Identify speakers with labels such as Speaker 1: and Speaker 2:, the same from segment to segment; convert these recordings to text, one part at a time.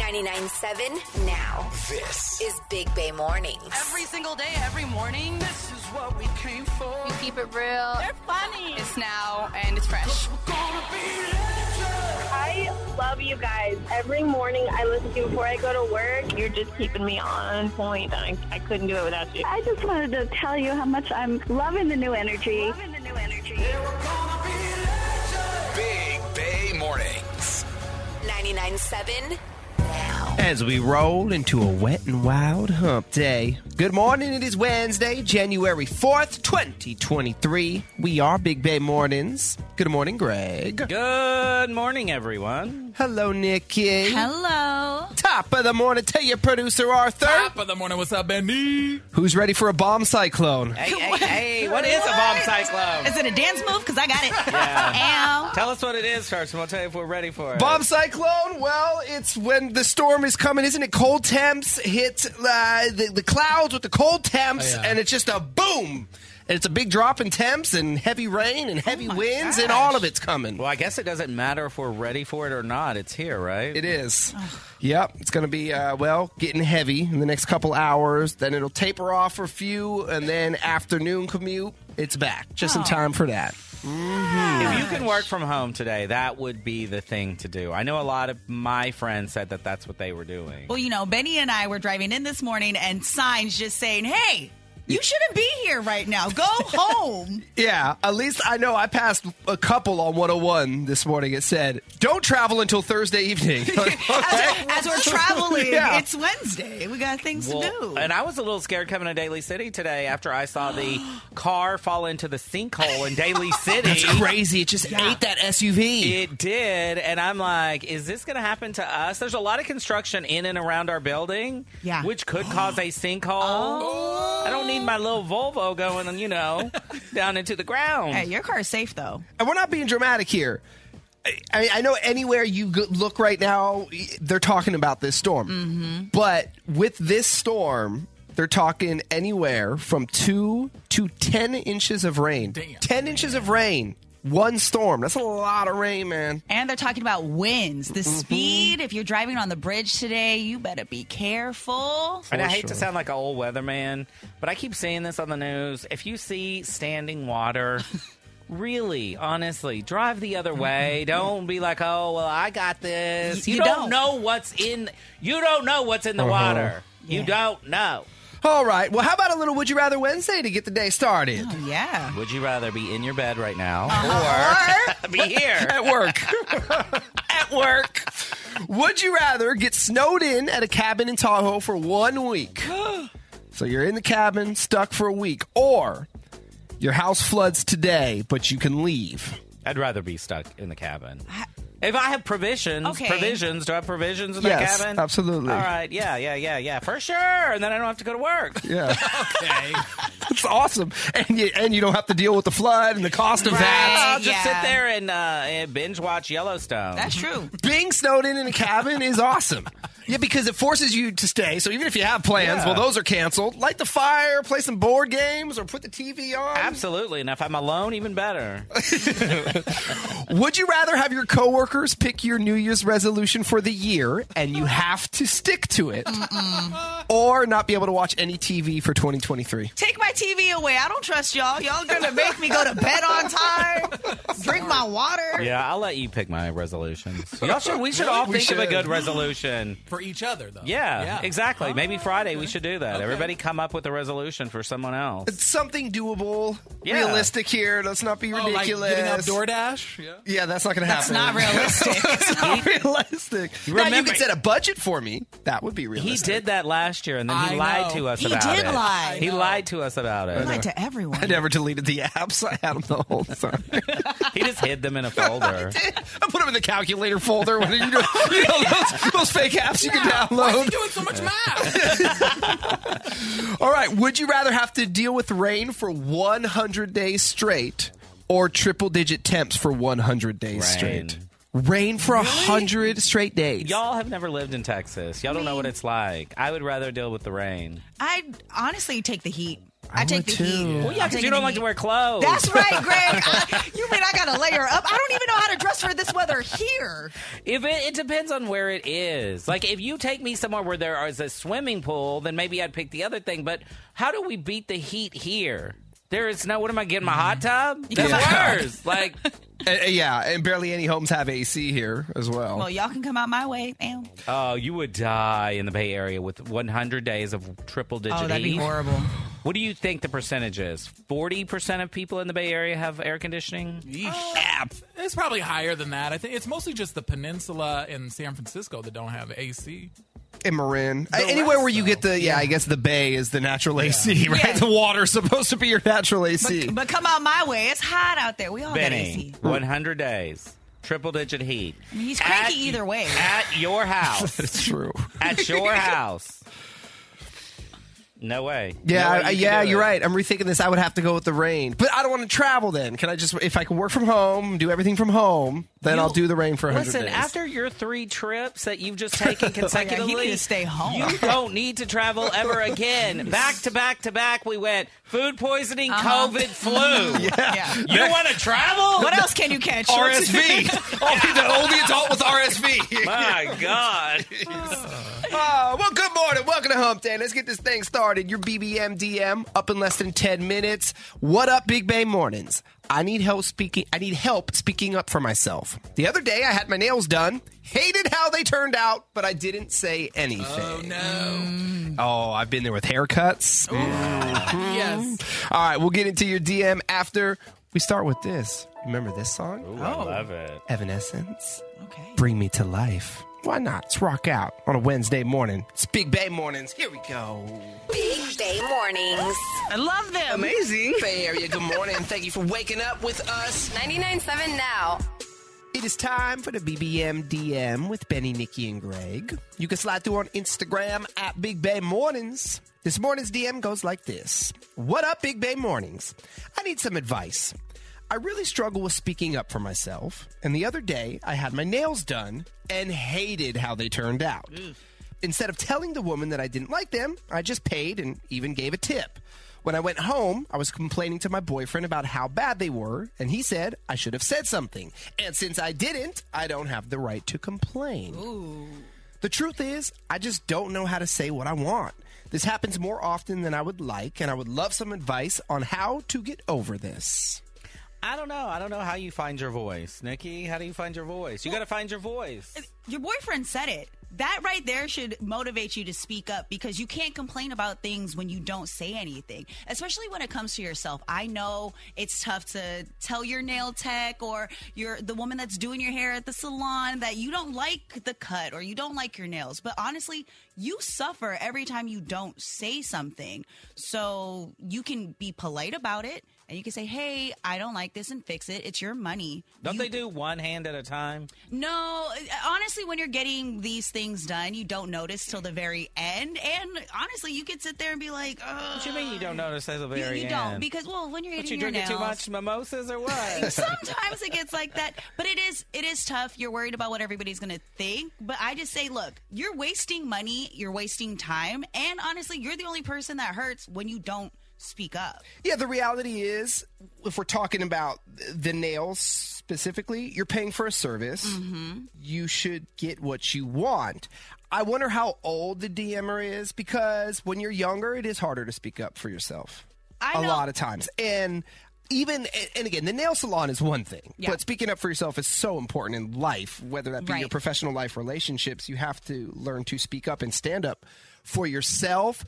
Speaker 1: 99.7 now
Speaker 2: This
Speaker 1: is Big Bay Mornings.
Speaker 3: Every single day, every morning,
Speaker 2: this is what we came for.
Speaker 3: we keep it real. They're funny. It's now and it's fresh.
Speaker 2: We're gonna be legends.
Speaker 4: I love you guys. Every morning I listen to you before I go to work. You're just keeping me on point. I, I couldn't do it without you.
Speaker 5: I just wanted to tell you how much I'm loving the new energy.
Speaker 2: Yeah, we're gonna be legends. Big Bay Mornings.
Speaker 1: 99.7 now.
Speaker 6: As we roll into a wet and wild hump day. Good morning. It is Wednesday, January 4th, 2023. We are Big Bay Mornings. Good morning, Greg.
Speaker 7: Good morning, everyone.
Speaker 6: Hello, Nikki.
Speaker 3: Hello.
Speaker 6: Top of the morning to your producer, Arthur.
Speaker 8: Top of the morning. What's up, Benny?
Speaker 6: Who's ready for a bomb cyclone?
Speaker 7: Hey, hey, hey, what is a bomb cyclone?
Speaker 3: Is it a dance move? Because I got it. Ow.
Speaker 7: Tell us what it is first, and we'll tell you if we're ready for it.
Speaker 6: Bomb cyclone? Well, it's when the storm is coming, isn't it? Cold temps hit uh, the, the clouds with the cold temps,
Speaker 8: yeah.
Speaker 6: and it's just a boom. And it's a big drop in temps and heavy rain and heavy winds, and all of it's coming.
Speaker 7: Well, I guess it doesn't matter if we're ready for it or not. It's here, right?
Speaker 6: It is. yep. It's going to be, uh, well, getting heavy in the next couple hours. Then it'll taper off for a few, and then afternoon commute, it's back. Just in time for that.
Speaker 7: If you can work from home today, that would be the thing to do. I know a lot of my friends said that that's what they were doing.
Speaker 9: Well, you know, Benny and I were driving in this morning and signs just saying, hey, you shouldn't be here right now. Go home.
Speaker 6: Yeah, at least I know I passed a couple on 101 this morning. It said, don't travel until Thursday evening. Okay.
Speaker 9: As we're traveling,
Speaker 6: Yeah.
Speaker 9: it's Wednesday. We got things to
Speaker 7: Well,
Speaker 9: do.
Speaker 7: and I was a little scared coming to Daly City today after I saw the car fall into the sinkhole in Daly City.
Speaker 6: That's crazy. It just ate that SUV.
Speaker 7: It did, and I'm like, is this going to happen to us? There's a lot of construction in and around our building,
Speaker 9: Yeah. Oh.
Speaker 7: which could cause a sinkhole. I don't need my little Volvo going, you know, down into the ground.
Speaker 9: hey, your car's safe, though.
Speaker 6: and we're not being dramatic here. I- I, I know anywhere you go- look right now, they're talking about this storm. But with this storm, they're talking anywhere from two to 10 inches of rain. 10 inches of rain, one storm. That's a lot of rain, man.
Speaker 9: And they're talking about winds, the
Speaker 7: Mm-hmm.
Speaker 9: speed. If you're driving on the bridge today, you better be careful.
Speaker 7: and I hate
Speaker 6: sure.
Speaker 7: to sound like an old weatherman, but I keep seeing this on the news. If you see standing water, really, honestly, drive the other way. Don't be like, oh, well, I got this.
Speaker 9: Mm-hmm. Y-
Speaker 7: You,
Speaker 9: you
Speaker 7: don't,
Speaker 9: don't.
Speaker 7: know what's in. You don't know what's in the water. You don't know.
Speaker 6: All right. Well, how about a little Would You Rather Wednesday to get the day started?
Speaker 9: Yeah.
Speaker 7: Would you rather be in your bed right now or be
Speaker 6: At
Speaker 7: here?
Speaker 6: work. At work. Would you rather get snowed in at a cabin in Tahoe for one week? So you're in the cabin, stuck for a week, or your house floods today, but you can leave.
Speaker 7: I'd rather be stuck in the cabin. If I have provisions,
Speaker 9: Okay.
Speaker 7: provisions, do I have provisions in
Speaker 6: Yes,
Speaker 7: the cabin?
Speaker 6: absolutely.
Speaker 7: All right, yeah, yeah, yeah, yeah, for sure. And then I don't have to go to work.
Speaker 6: Yeah,
Speaker 8: Okay.
Speaker 6: it's awesome, and you and you don't have to deal with the flood and the cost of that.
Speaker 7: I'll just
Speaker 9: yeah.
Speaker 7: sit there and, uh, and binge watch Yellowstone.
Speaker 9: That's true.
Speaker 6: Being snowed in in a cabin is awesome. Yeah, because it forces you to stay. So even if you have plans,
Speaker 7: Yeah.
Speaker 6: well, those are canceled. Light the fire, play some board games, or put the TV on.
Speaker 7: Absolutely, and if I'm alone, even better.
Speaker 6: Would you rather have your coworkers pick your New Year's resolution for the year and you have to stick to it, or not be able to watch any TV for 2023?
Speaker 9: Take my TV away. I don't trust y'all. Y'all going to make me go to bed on time, drink my water.
Speaker 7: Yeah, I'll let you pick my resolutions. Y'all should. We should all
Speaker 6: We
Speaker 7: think of a
Speaker 6: should.
Speaker 7: good resolution.
Speaker 8: For each other, though.
Speaker 7: Yeah, exactly. Maybe Friday we should do that. Everybody come up with a resolution for someone else.
Speaker 6: Something doable,
Speaker 7: Yeah.
Speaker 6: realistic here. Let's not be
Speaker 8: Oh, like
Speaker 6: ridiculous.
Speaker 8: giving up DoorDash? Yeah.
Speaker 6: yeah, that's not going to happen.
Speaker 9: Not realistic.
Speaker 6: It's not realistic. now you
Speaker 7: Remember-
Speaker 6: could set a budget for me. That would be
Speaker 7: He
Speaker 6: realistic.
Speaker 7: did that last year, and then he
Speaker 8: I
Speaker 7: lied
Speaker 8: know.
Speaker 7: to us
Speaker 9: He
Speaker 7: about it.
Speaker 9: did lie. Oh
Speaker 7: He lied to us about it.
Speaker 9: Lied to everyone.
Speaker 6: I never deleted the apps. I had them the whole time.
Speaker 7: He just hid them in a folder.
Speaker 6: I put them in the calculator folder. When you, do, you know those, those fake apps you can
Speaker 8: Why is he
Speaker 6: download.
Speaker 8: doing so much math?
Speaker 6: All right. Would you rather have to deal with rain for 100 days straight or triple digit temps for 100 days
Speaker 7: Rain.
Speaker 6: straight? Rain for a 100 straight days.
Speaker 7: Y'all have never lived in Texas. Y'all don't know what it's like. I would rather deal with the rain.
Speaker 9: I'd honestly take the heat. I, take
Speaker 6: would
Speaker 9: the
Speaker 6: too.
Speaker 9: heat.
Speaker 7: Well, yeah,
Speaker 9: I'll
Speaker 7: because
Speaker 9: take
Speaker 7: you
Speaker 9: the
Speaker 7: don't like to
Speaker 9: heat.
Speaker 7: wear clothes.
Speaker 9: That's right, Greg. I- you mean I got to layer up? I don't even know how to dress for this weather here.
Speaker 7: If it, it depends on where it is. Like if you take me somewhere where there is a swimming pool, then maybe I'd pick the other thing. But how do we beat the heat here? There is no. What am I getting my hot tub? That's
Speaker 6: Yeah.
Speaker 7: worse. Like
Speaker 6: Uh, uh, yeah, and barely any homes have AC here as well.
Speaker 9: Well, y'all can come out my way. Ow.
Speaker 7: oh, you would die in the Bay Area with 100 days of triple digit
Speaker 9: Oh, that'd be
Speaker 7: heat.
Speaker 9: horrible.
Speaker 7: What do you think the percentage is? 40 percent of people in the Bay Area have air conditioning.
Speaker 8: Uh, It's probably higher than that. I think it's mostly just the peninsula in San Francisco that don't have AC.
Speaker 6: in Marin, Uh,
Speaker 8: The
Speaker 6: anywhere
Speaker 8: rest,
Speaker 6: where you get
Speaker 8: though.
Speaker 6: the yeah, I guess the bay is the natural AC, right?
Speaker 9: Yeah.
Speaker 6: The water's supposed to be your natural AC.
Speaker 9: But, but come out my way. It's hot out there. We all got AC.
Speaker 7: Benny, 100 days, triple digit heat.
Speaker 9: He's cranky either way.
Speaker 7: At your house.
Speaker 6: it's true.
Speaker 7: at your house. No way.
Speaker 6: Yeah,
Speaker 7: No way
Speaker 6: I-
Speaker 7: you
Speaker 6: I-
Speaker 7: can
Speaker 6: yeah,
Speaker 7: do
Speaker 6: you're
Speaker 7: it.
Speaker 6: right. I'm rethinking this. I would have to go with the rain, but I don't want to travel. Then can I just if I can work from home, do everything from home, then I'll do the rain for 100
Speaker 7: Listen,
Speaker 6: days.
Speaker 7: after your three trips that you've just taken
Speaker 9: Yeah,
Speaker 7: consecutively,
Speaker 9: you need to stay home.
Speaker 7: you don't need to travel ever again. Back to back to back, we went food poisoning, COVID, flu.
Speaker 9: yeah.
Speaker 7: You want to travel?
Speaker 9: What else can you catch?
Speaker 6: RSV, only the only adult with RSV.
Speaker 7: My God.
Speaker 6: Oh, well, good morning. Welcome to Hump Day. Let's get this thing started. Your BBM DM up in less than 10 minutes. What up, Big Bay Mornings? I need help speaking I need help speaking up for myself. The other day I had my nails done. Hated how they turned out, but I didn't say anything. Oh,
Speaker 8: No.
Speaker 6: I've been there with haircuts.
Speaker 8: Yes.
Speaker 6: All right, we'll get into your DM after we start with this. Remember this song?
Speaker 7: I love it.
Speaker 6: Evanescence.
Speaker 9: Okay.
Speaker 6: Bring me to life. Why not? It's rock out on a Wednesday morning. It's Big Bay Mornings. Here we go.
Speaker 1: Big Bay Mornings.
Speaker 9: I love them.
Speaker 6: Amazing. Bay Area, good morning. Thank you for waking up with us.
Speaker 1: 99.7 now.
Speaker 6: It is time for the BBM DM with Benny, Nikki, and Greg. You can slide through on Instagram at Big Bay Mornings. This morning's DM goes like this What up, Big Bay Mornings? I need some advice. I really struggle with speaking up for myself, and the other day I had my nails done and hated how they turned out. Instead of telling the woman that I didn't like them, I just paid and even gave a tip. When I went home, I was complaining to my boyfriend about how bad they were, and he said I should have said something. And since I didn't, I don't have the right to complain. The truth is, I just don't know how to say what I want. This happens more often than I would like, and I would love some advice on how to get over this.
Speaker 7: I don't know. I don't know how you find your voice. Nikki, how do you find your voice? You got to find your voice.
Speaker 9: Your boyfriend said it. That right there should motivate you to speak up because you can't complain about things when you don't say anything, especially when it comes to yourself. I know it's tough to tell your nail tech or your the woman that's doing your hair at the salon that you don't like the cut or you don't like your nails, but honestly, you suffer every time you don't say something. So you can be polite about it and you can say, "Hey, I don't like this and fix it. It's your money."
Speaker 7: Don't
Speaker 9: You-
Speaker 7: they do one hand at a time?
Speaker 9: no, honestly, when you're getting these things done, you don't notice till the very end. And honestly, you could sit there and be like, Ugh.
Speaker 7: What you mean you don't notice at the
Speaker 9: Uh, You,
Speaker 7: very
Speaker 9: you
Speaker 7: end?
Speaker 9: don't because well, when you're
Speaker 7: What,
Speaker 9: eating
Speaker 7: you
Speaker 9: your
Speaker 7: drinking
Speaker 9: nails,
Speaker 7: too much mimosas or what?
Speaker 9: sometimes it gets like that. But it is it is tough. You're worried about what everybody's going to think. But I just say, look, you're wasting money, you're wasting time, and honestly, you're the only person that hurts when you don't speak up.
Speaker 6: Yeah, the reality is, if we're talking about the nails specifically, you're paying for a service.
Speaker 9: Mm-hmm.
Speaker 6: You should get what you want. I wonder how old the DMer is because when you're younger, it is harder to speak up for yourself.
Speaker 9: I
Speaker 6: a
Speaker 9: know-
Speaker 6: lot of times. And even and again, the nail salon is one thing,
Speaker 9: Yeah.
Speaker 6: but speaking up for yourself is so important in life, whether that be your
Speaker 9: Right.
Speaker 6: professional life relationships, you have to learn to speak up and stand up for yourself.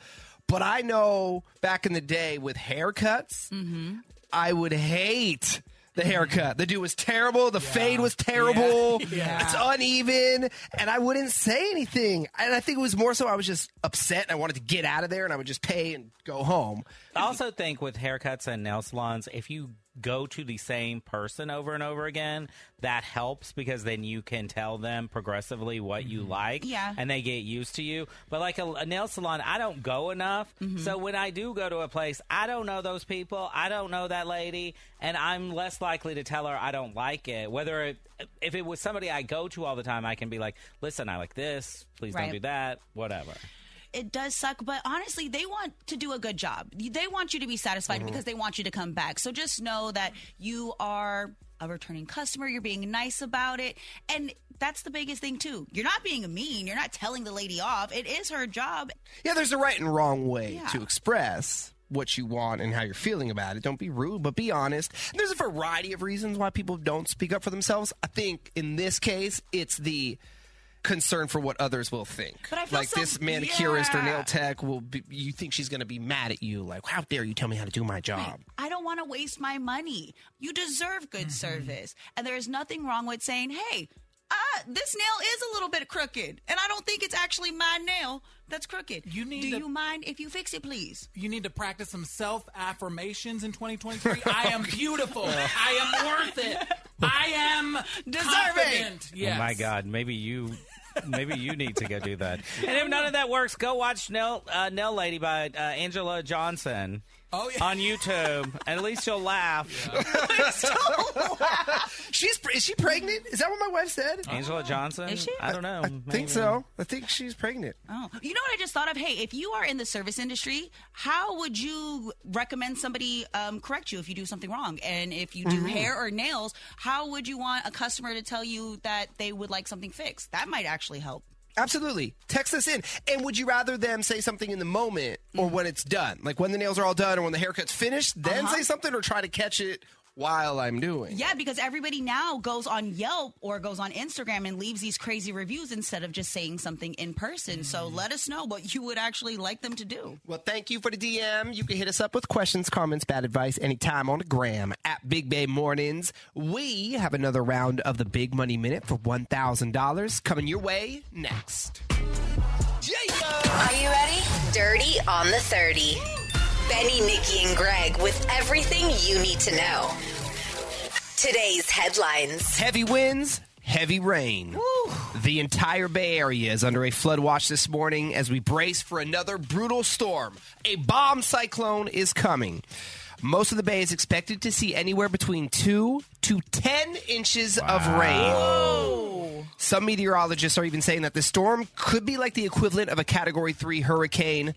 Speaker 6: But I know back in the day with haircuts,
Speaker 9: Mm-hmm.
Speaker 6: I would hate the haircut. The dude was terrible. The fade was terrible. It's uneven. And I wouldn't say anything. And I think it was more so I was just upset and I wanted to get out of there and I would just pay and go home.
Speaker 7: I also think with haircuts and nail salons, if you go to the same person over and over again, that helps because then you can tell them progressively what you like.
Speaker 9: Yeah.
Speaker 7: And they get used to you. But like a, a nail salon, I don't go enough.
Speaker 9: Mm-hmm.
Speaker 7: So when I do go to a place, I don't know those people. I don't know that lady. And I'm less likely to tell her I don't like it. Whether it, if it was somebody I go to all the time, I can be like, listen, I like this. Please
Speaker 9: Right.
Speaker 7: don't do that. Whatever.
Speaker 9: it does suck, but honestly, they want to do a good job. They want you to be satisfied
Speaker 8: Mm-hmm.
Speaker 9: because they want you to come back. So just know that you are a returning customer. You're being nice about it. And that's the biggest thing, too. You're not being mean. You're not telling the lady off. It is her job.
Speaker 6: Yeah, there's a right and wrong way
Speaker 9: Yeah.
Speaker 6: to express what you want and how you're feeling about it. Don't be rude, but be honest. And there's a variety of reasons why people don't speak up for themselves. I think in this case, it's the concern for what others will think.
Speaker 9: But I feel
Speaker 6: like
Speaker 9: so-
Speaker 6: this manicurist or
Speaker 9: yeah.
Speaker 6: nail tech will be, you think she's going to be mad at you like, "How dare you tell me how to do my job?"
Speaker 9: I don't want to waste my money. You deserve
Speaker 8: Mm-hmm.
Speaker 9: good service. And there is nothing wrong with saying, hey, uh, this nail is a little bit crooked, and I don't think it's actually my nail that's crooked.
Speaker 8: You need
Speaker 9: Do
Speaker 8: to-
Speaker 9: you mind if you fix it, please?
Speaker 8: You need to practice some self affirmations in 2023. I am beautiful. I am worth it. I am
Speaker 9: Deserving.
Speaker 8: confident. Yes.
Speaker 7: Oh my God, maybe you, maybe you need to go do that. And if none of that works, go watch Nell, uh, Nell Lady by uh, Angela Johnson
Speaker 8: Oh yeah.
Speaker 7: on YouTube. and at least you'll laugh.
Speaker 6: She's pre- is she pregnant? Is that what my wife said?
Speaker 7: Angela Johnson?
Speaker 9: Is she?
Speaker 7: I don't know.
Speaker 6: I
Speaker 7: Uh, Maybe.
Speaker 6: think so. I think she's pregnant.
Speaker 9: Oh, you know what I just thought of? Hey, if you are in the service industry, how would you recommend somebody um, correct you if you do something wrong? And if you do
Speaker 7: Mm-hmm.
Speaker 9: hair or nails, how would you want a customer to tell you that they would like something fixed? That might actually help.
Speaker 6: Absolutely. Text us in. And would you rather them say something in the moment or when it's done? Like when the nails are all done or when the haircut's finished, then say something or try to catch it while I'm doing.
Speaker 9: Yeah, because everybody now goes on Yelp or goes on Instagram and leaves these crazy reviews instead of just saying something in person. So
Speaker 7: Mm.
Speaker 9: let us know what you would actually like them to do.
Speaker 6: Well, thank you for the DM. You can hit us up with questions, comments, bad advice anytime on the gram at Big Bay Mornings. We have another round of the Big Money Minute for $1,000 coming your way next. Yeah!
Speaker 1: Are you ready? Dirty on the 30. Benny, Nikki, and Greg with everything you need to know. Today's headlines.
Speaker 6: Heavy winds, heavy rain. The entire Bay Area is under a flood watch this morning as we brace for another brutal storm. A bomb cyclone is coming. Most of the bay is expected to see anywhere between 2 to 10 inches of rain. Some meteorologists are even saying that the storm could be like the equivalent of a category 3 hurricane.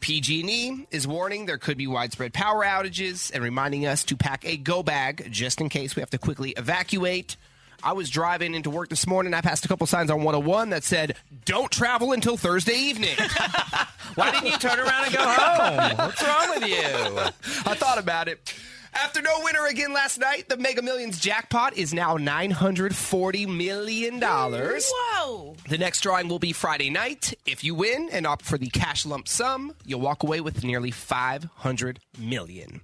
Speaker 6: PG&E E is warning there could be widespread power outages and reminding us to pack a go bag just in case we have to quickly evacuate. I was driving into work this morning. I passed a couple signs on 101 that said, "Don't travel until Thursday evening."
Speaker 7: Why didn't you turn around and go home? What's wrong with you?
Speaker 6: I thought about it. After no winner again last night, the Mega Millions jackpot is now $940 million.
Speaker 9: Whoa!
Speaker 6: The next drawing will be Friday night. If you win and opt for the cash lump sum, you'll walk away with nearly 500 million.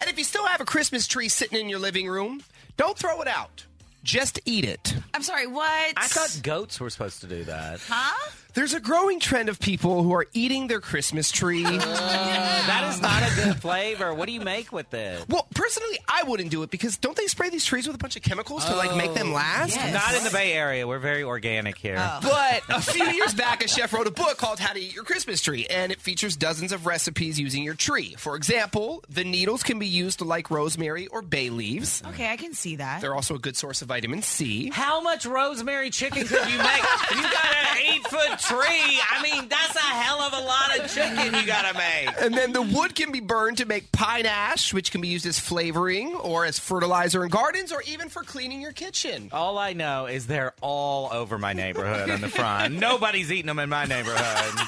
Speaker 6: And if you still have a Christmas tree sitting in your living room, don't throw it out. Just eat it.
Speaker 9: I'm sorry, what?
Speaker 7: I thought goats were supposed to do that.
Speaker 9: Huh?
Speaker 6: There's a growing trend of people who are eating their Christmas tree.
Speaker 7: That is not a good flavor. What do you make with it?
Speaker 6: Well, personally, I wouldn't do it because don't they spray these trees with a bunch of chemicals to like make them last?
Speaker 9: yes.
Speaker 7: Not in the Bay Area. We're very organic here.
Speaker 6: But a few years back, a chef wrote a book called How to Eat Your Christmas Tree, and it features dozens of recipes using your tree. For example, the needles can be used to like rosemary or bay leaves.
Speaker 9: Okay, I can see that.
Speaker 6: They're also a good source of vitamin C.
Speaker 7: How much rosemary chicken could you make? you got an eight foot tree. I mean, that's a hell of a lot of chicken you gotta make.
Speaker 6: And then the wood can be burned to make pine ash, which can be used as flavoring or as fertilizer in gardens or even for cleaning your kitchen.
Speaker 7: All I know is they're all over my neighborhood on the front. Nobody's eating them in my neighborhood.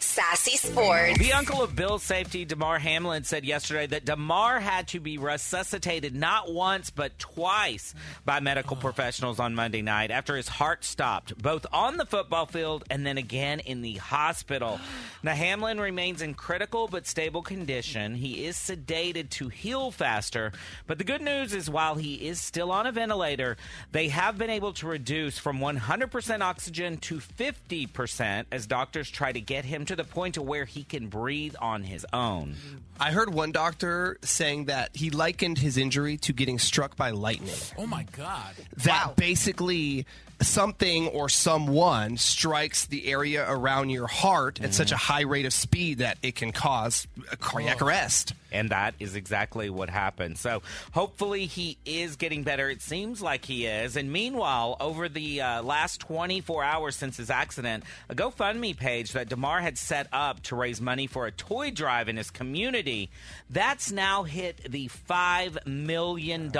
Speaker 1: Sassy Sports.
Speaker 7: The uncle of Bill's safety, DeMar Hamlin, said yesterday that DeMar had to be resuscitated not once, but twice by medical professionals on Monday night after his heart stopped, both on the football field and then again in the hospital. Now, Hamlin remains in critical but stable condition. He is sedated to heal faster, but the good news is while he is still on a ventilator, they have been able to reduce from 100% oxygen to 50% as doctors try to get him to the point to where he can breathe on his own.
Speaker 6: I heard one doctor saying that he likened his injury to getting struck by lightning.
Speaker 8: Oh my god.
Speaker 6: that basically something or someone strikes the area around your heart at such a high rate of speed that it can cause a cardiac arrest.
Speaker 7: And that is exactly what happened. So hopefully he is getting better. It seems like he is. And meanwhile, over the uh, last 24 hours since his accident, a GoFundMe page that DeMar had set up to raise money for a toy drive in his community, that's now hit the $5 million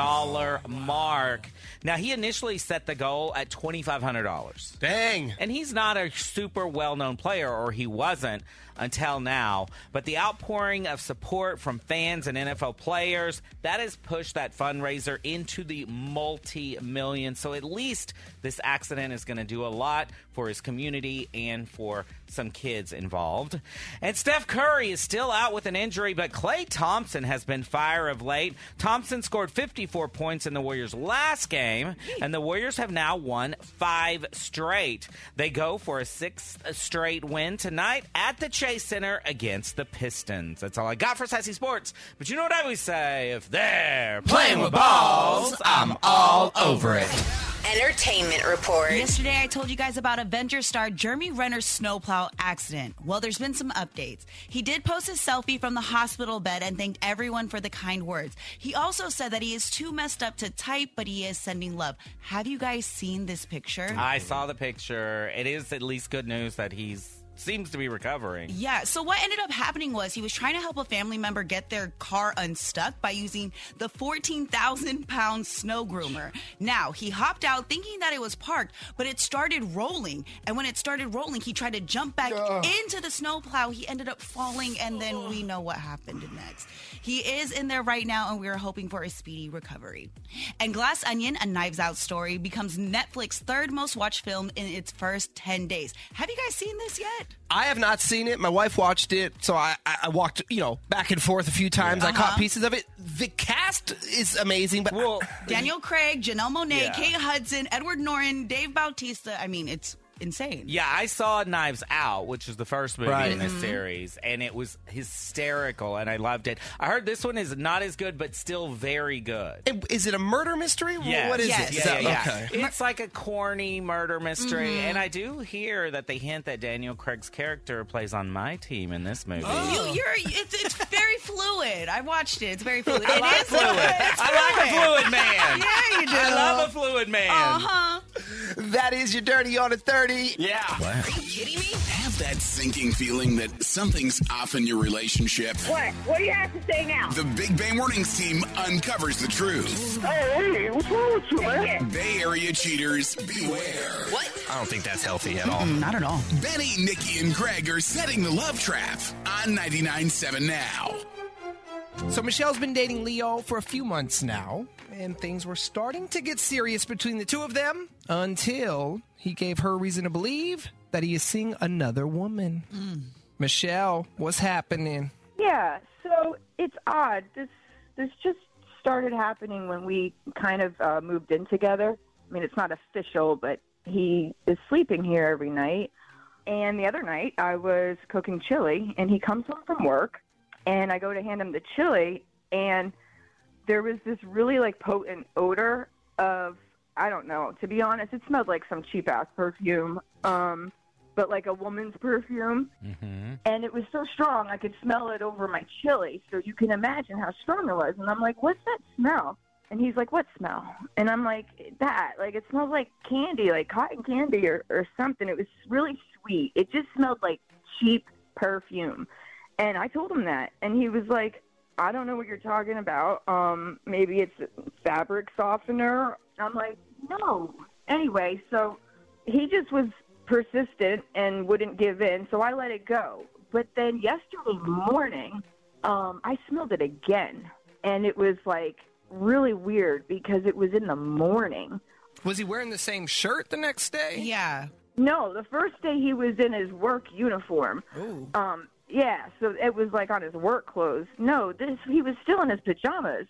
Speaker 7: mark. Now, he initially set the goal at $2,500.
Speaker 6: Dang.
Speaker 7: And he's not a super well known player, or he wasn't until now. But the outpouring of support from fans and NFL players, that has pushed that fundraiser into the multi million. So at least this accident is going to do a lot for his community and for some kids involved. And Steph Curry is still out with an injury, but Clay Thompson has been fire of late. Thompson scored 54 points in the Warriors' last game, and the Warriors have now won five straight. They go for a sixth straight win tonight at the Chase Center against the Pistons. That's all I got for Sassy Sports. But you know what I always say if they're playing with balls, I'm all over it.
Speaker 1: Entertainment Report.
Speaker 9: Yesterday, I told you guys about Avengers star Jeremy Renner's snowplow accident. Well, there's been some updates. He did post his selfie from the hospital bed and thanked everyone for the kind words. He also said that he is too messed up to type, but he is sending love. Have you guys seen this picture?
Speaker 7: I saw the picture. It is at least good news that he's seems to be recovering.
Speaker 9: Yeah. So what ended up happening was he was trying to help a family member get their car unstuck by using the 14,000 pound snow groomer. Now he hopped out thinking that it was parked, but it started rolling. And when it started rolling, he tried to jump back into the snowplow. He ended up falling, and then we know what happened next. He is in there right now, and we are hoping for a speedy recovery. And Glass Onion, a Knives Out story, becomes Netflix's third most watched film in its first 10 days. Have you guys seen this yet?
Speaker 6: I have not seen it. My wife watched it, so I, I I walked you know back and forth a few times. I caught pieces of it. The cast is amazing, but
Speaker 7: Well,
Speaker 9: Daniel Craig, Janelle Monet,
Speaker 7: Yeah.
Speaker 9: Kate Hudson, Edward Norton, Dave Bautista. I mean, it's insane.
Speaker 7: Yeah, I saw Knives Out, which is the first movie
Speaker 6: Right.
Speaker 7: in this series, and it was hysterical, and I loved it. I heard this one is not as good, but still very good.
Speaker 6: It- is it a murder mystery?
Speaker 7: Yeah,
Speaker 6: What is
Speaker 9: Yes.
Speaker 6: it? Is
Speaker 7: Yeah,
Speaker 6: that-
Speaker 7: yeah, yeah.
Speaker 6: Okay.
Speaker 7: It's like a corny murder mystery, and I do hear that they hint that Daniel Craig's character plays on my team in this movie.
Speaker 9: You, you're, it's, it's very fluid. I watched it. It's very fluid. It is
Speaker 7: Fluid.
Speaker 9: It's
Speaker 7: I like a fluid man.
Speaker 9: Yeah, you do. Uh-huh.
Speaker 7: I love a fluid man.
Speaker 9: Huh?
Speaker 6: That is your dirty on a thirty.
Speaker 7: Yeah.
Speaker 1: Kidding me?
Speaker 2: Have that sinking feeling that something's off in your relationship.
Speaker 4: What? What do you have to say now?
Speaker 2: The Big Bang Warnings team uncovers the truth.
Speaker 4: Hey, what's wrong with you, man?
Speaker 2: Bay Area cheaters, beware.
Speaker 1: What?
Speaker 6: I don't think that's healthy at all.
Speaker 9: Not at all.
Speaker 2: Benny, Nikki, and Greg are setting the love trap on 99.7 now.
Speaker 6: So Michelle's been dating Leo for a few months now, and things were starting to get serious between the two of them until he gave her reason to believe that he is seeing another woman. Michelle, what's happening?
Speaker 4: Yeah. So it's odd. This this just started happening when we kind of uh, moved in together. I mean, it's not official, but he is sleeping here every night. And the other night, I was cooking chili, and he comes home from work, and I go to hand him the chili, and there was this really like potent odor of I don't know. To be honest, it smelled like some cheap ass perfume, um, but like a woman's perfume
Speaker 7: Mm-hmm.
Speaker 4: and it was so strong I could smell it over my chili. So you can imagine how strong it was. And I'm like, "What's that smell?" And he's like, "What smell?" And I'm like, "That. Like it smells like candy, like cotton candy or or something. It was really sweet. It just smelled like cheap perfume." And I told him that, and he was like, "I don't know what you're talking about. Um, maybe it's fabric softener." I'm like, "No." Anyway, so he just was persistent and wouldn't give in, so I let it go. But then yesterday morning, um, I smelled it again, and it was like really weird because it was in the morning.
Speaker 6: Was he wearing the same shirt the next day?
Speaker 9: Yeah.
Speaker 4: No, the first day he was in his work uniform. Um, yeah, so it was like on his work clothes. No, this he was still in his pajamas.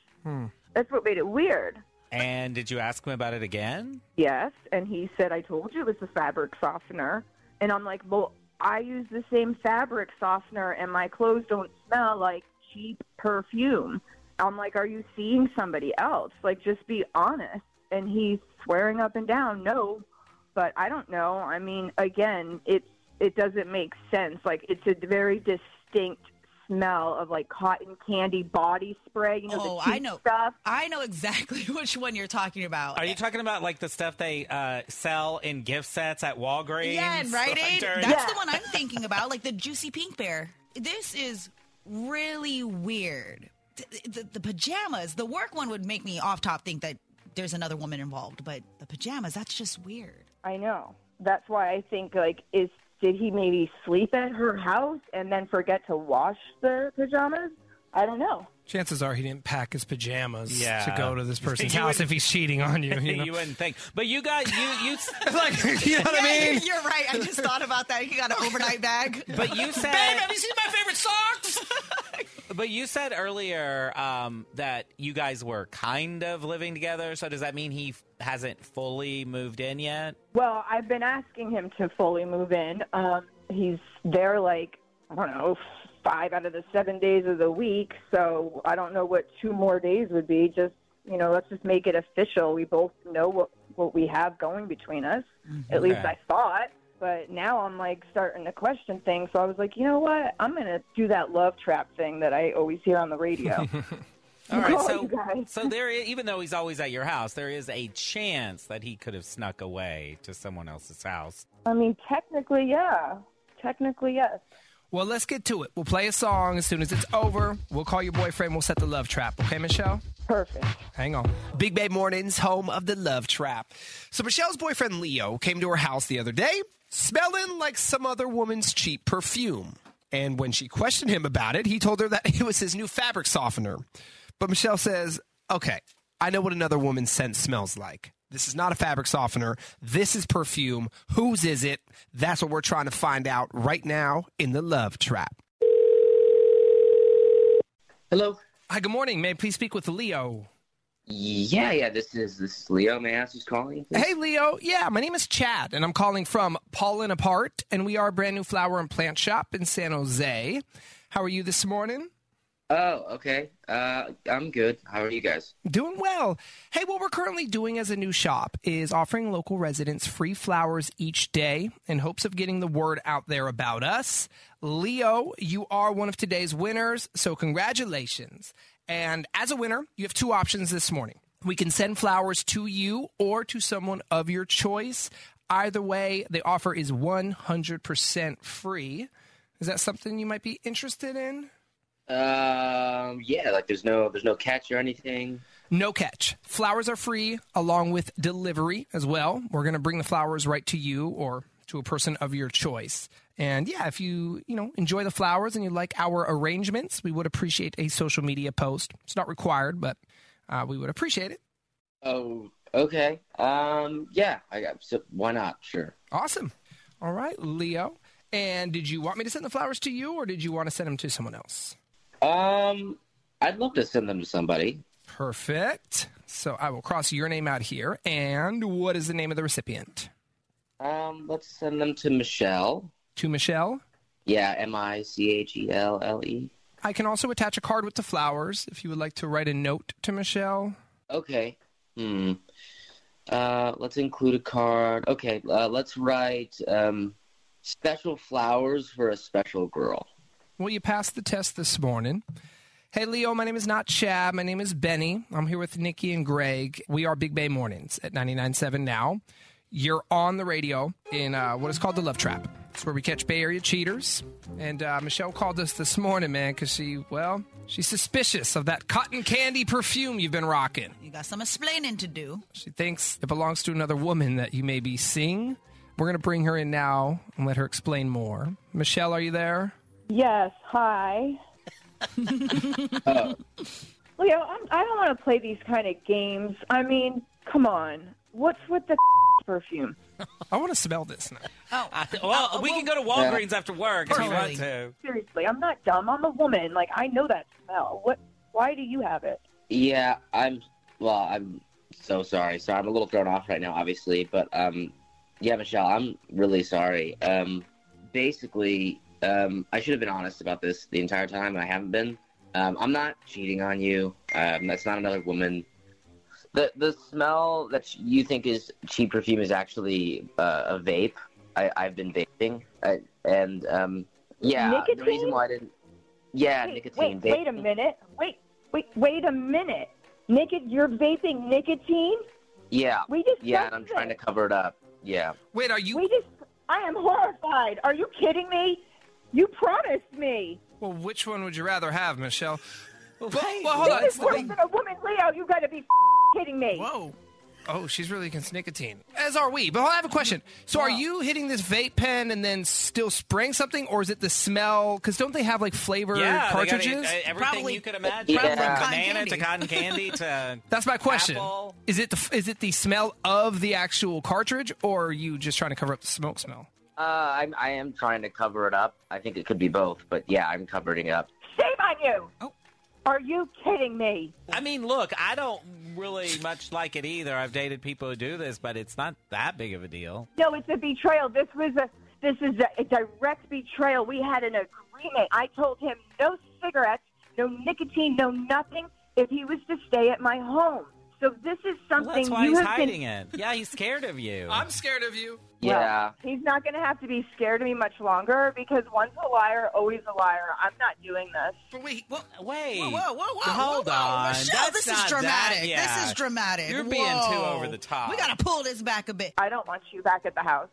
Speaker 4: That's what made it weird.
Speaker 7: And did you ask him about it again?
Speaker 4: yes. And he said, I told you it was the fabric softener. And I'm like, well, I use the same fabric softener and my clothes don't smell like cheap perfume. I'm like, are you seeing somebody else? Like, just be honest. And he's swearing up and down, no, but I don't know. I mean, again, it's it doesn't make sense. Like it's a very distinct smell of like cotton candy body spray. You know
Speaker 9: Oh,
Speaker 4: the
Speaker 9: I
Speaker 4: cheap
Speaker 9: know.
Speaker 4: stuff.
Speaker 9: I know exactly which one you're talking about.
Speaker 7: Are you talking about like the stuff they uh, sell in gift sets at Walgreens?
Speaker 9: Yeah, and Rite Aid.
Speaker 7: During-
Speaker 9: That's the one I'm thinking about, like the juicy pink bear. This is really weird. The, the, the pajamas, the work one would make me off top think that there's another woman involved, but the pajamas, that's just weird.
Speaker 4: I know. That's why I think like is did he maybe sleep at her house and then forget to wash the pajamas? I don't know.
Speaker 6: Chances are he didn't pack his pajamas
Speaker 7: Yeah.
Speaker 6: to go to this person's
Speaker 7: You
Speaker 6: house
Speaker 7: would-
Speaker 6: if he's cheating on you. You know,
Speaker 7: you wouldn't think, but you guys, you you,
Speaker 6: like, you know what I mean?
Speaker 9: You're right. I just thought about that. You got an overnight bag.
Speaker 7: but you said,
Speaker 6: you seen my favorite socks?
Speaker 7: but you said earlier um, that you guys were kind of living together. So does that mean he f- hasn't fully moved in yet?
Speaker 4: Well, I've been asking him to fully move in. Um, he's there like I don't know five out of the seven days of the week, so I don't know what two more days would be. Just you know, let's just make it official. We both know what what we have going between us. At least
Speaker 7: Okay.
Speaker 4: I thought. But now I'm like starting to question things. So I was like, you know what? I'm gonna do that love trap thing that I always hear on the radio.
Speaker 7: All right,
Speaker 4: Oh,
Speaker 7: so
Speaker 4: you guys.
Speaker 7: so there, i- even though he's always at your house, there is a chance that he could have snuck away to someone else's house.
Speaker 4: I mean, technically, yeah. Technically, yes.
Speaker 6: Well, let's get to it. We'll play a song as soon as it's over. We'll call your boyfriend. We'll set the love trap. Okay, Michelle?
Speaker 4: Perfect.
Speaker 6: Hang on. Big Bay Mornings, home of the love trap. So Michelle's boyfriend Leo came to her house the other day, smelling like some other woman's cheap perfume. And when she questioned him about it, he told her that it was his new fabric softener. But Michelle says, "Okay, I know what another woman's scent smells like. This is not a fabric softener. This is perfume. Whose is it? That's what we're trying to find out right now in the love trap."
Speaker 10: Hello.
Speaker 6: Hi, good morning. May I please speak with Leo?
Speaker 10: Yeah, yeah. This is this is Leo. May I ask who's calling?
Speaker 6: Hey, Leo. Yeah, my name is Chad, and I'm calling from Pollen Apart, and we are a brand new flower and plant shop in San Jose. How are you this morning?
Speaker 10: Oh, okay. Uh, I'm good. How are you guys?
Speaker 6: Doing well. Hey, what we're currently doing as a new shop is offering local residents free flowers each day in hopes of getting the word out there about us. Leo, you are one of today's winners, so congratulations. And as a winner, you have two options this morning. We can send flowers to you or to someone of your choice. Either way, the offer is 100% free. Is that something you might be interested in?
Speaker 10: Um, yeah. Like, there's no there's no catch or anything.
Speaker 6: No catch. Flowers are free along with delivery as well. We're going to bring the flowers right to you or to a person of your choice. And yeah, if you, you know, enjoy the flowers and you like our arrangements, we would appreciate a social media post. It's not required, but uh, we would appreciate it.
Speaker 10: Oh, okay. Um, yeah. I got. So why not? Sure.
Speaker 6: Awesome. All right, Leo. And did you want me to send the flowers to you or did you want to send them to someone else?
Speaker 10: Um, I'd love to send them to somebody.
Speaker 6: Perfect. So I will cross your name out here. And what is the name of the recipient?
Speaker 10: Um, let's send them to Michelle.
Speaker 6: To Michelle.
Speaker 10: Yeah, M I C H E L L E.
Speaker 6: I can also attach a card with the flowers if you would like to write a note to Michelle.
Speaker 10: Okay. Hmm. Uh, let's include a card. Okay, uh, let's write um, special flowers for a special girl.
Speaker 6: Well, you passed the test this morning. Hey, Leo, my name is not Chad. My name is Benny. I'm here with Nikki and Greg. We are Big Bay Mornings at 99.7 now. You're on the radio in uh, what is called the Love Trap. It's where we catch Bay Area cheaters. And uh, Michelle called us this morning, man, because she, well, she's suspicious of that cotton candy perfume you've been rocking.
Speaker 9: You got some explaining to do.
Speaker 6: She thinks it belongs to another woman that you may be seeing. We're going to bring her in now and let her explain more. Michelle, are you there?
Speaker 4: Yes. Hi. Leo, I'm, I don't want to play these kind of games. I mean, come on. What's with the perfume?
Speaker 6: I want to smell this now.
Speaker 9: Oh.
Speaker 7: I th- well,
Speaker 9: Uh,
Speaker 7: we can go to Walgreens after work if you want to.
Speaker 4: Seriously, I'm not dumb. I'm a woman. Like I know that smell. What? Why do you have it?
Speaker 10: Yeah, I'm. Well, I'm so sorry. So I'm a little thrown off right now, obviously. But um, yeah, Michelle, I'm really sorry. Um, basically, um, I should have been honest about this the entire time, and I haven't been. Um, I'm not cheating on you. Um, that's not another woman. The the smell that you think is cheap perfume is actually uh, a vape. I, I've been vaping, I, and um, yeah, the reason
Speaker 4: Nicotine?
Speaker 10: why I didn't. Yeah, nicotine.
Speaker 4: Wait, wait a
Speaker 10: vape.
Speaker 4: minute. Wait, wait, wait a minute. Nicot, you're vaping nicotine?
Speaker 10: Yeah,
Speaker 4: We just
Speaker 10: yeah,
Speaker 4: said
Speaker 10: and I'm trying to cover it up. Yeah,
Speaker 6: Wait, are you?
Speaker 4: We just. I am horrified. Are you kidding me? You promised me.
Speaker 6: Well, which one would you rather have, Michelle? But, well, hold on.
Speaker 4: this
Speaker 6: it's
Speaker 4: is
Speaker 6: the
Speaker 4: worse
Speaker 6: thing-
Speaker 4: than a woman, Leo. You got to be kidding me.
Speaker 6: Whoa. Oh, she's really against nicotine, as are we. But I have a question. So, are you hitting this vape pen and then still spraying something, or is it the smell? Because don't they have like flavored
Speaker 7: Yeah, they gotta-
Speaker 6: cartridges?
Speaker 7: uh, everything you could imagine,
Speaker 6: Probably
Speaker 7: from
Speaker 6: cotton
Speaker 7: banana
Speaker 6: candy.
Speaker 7: to cotton candy to
Speaker 6: That's my question.
Speaker 7: apple.
Speaker 6: Is it the is it the smell of the actual cartridge, or are you just trying to cover up the smoke smell?
Speaker 10: uh, I'm I am trying to cover it up. I think it could be both, but yeah, I'm covering it up.
Speaker 4: Shame on you. Are you kidding me?
Speaker 7: I mean, look, I don't really much like it either. I've dated people who do this, but it's not that big of a deal.
Speaker 4: No, it's a betrayal. This was a. This is a, a direct betrayal. We had an agreement. I told him no cigarettes, no nicotine, no nothing if he was to stay at my home. So this is something
Speaker 7: Well, that's why
Speaker 4: you
Speaker 7: he's
Speaker 4: have been-
Speaker 7: hiding it. Yeah, he's scared of you. I'm
Speaker 6: scared of you.
Speaker 7: Yeah.
Speaker 4: He's not going to have to be scared of me much longer because once a liar, always a liar. I'm not doing this.
Speaker 6: But wait,
Speaker 7: wait.
Speaker 4: Whoa, whoa, whoa, whoa,
Speaker 7: Hold
Speaker 4: whoa,
Speaker 7: on.
Speaker 4: Michelle,
Speaker 7: That's
Speaker 9: this
Speaker 7: not
Speaker 9: is dramatic.
Speaker 7: That, yeah.
Speaker 9: This is dramatic.
Speaker 7: You're being too
Speaker 9: Whoa.
Speaker 7: over the top.
Speaker 9: We gotta pull this back a bit.
Speaker 4: I don't want you back at the house.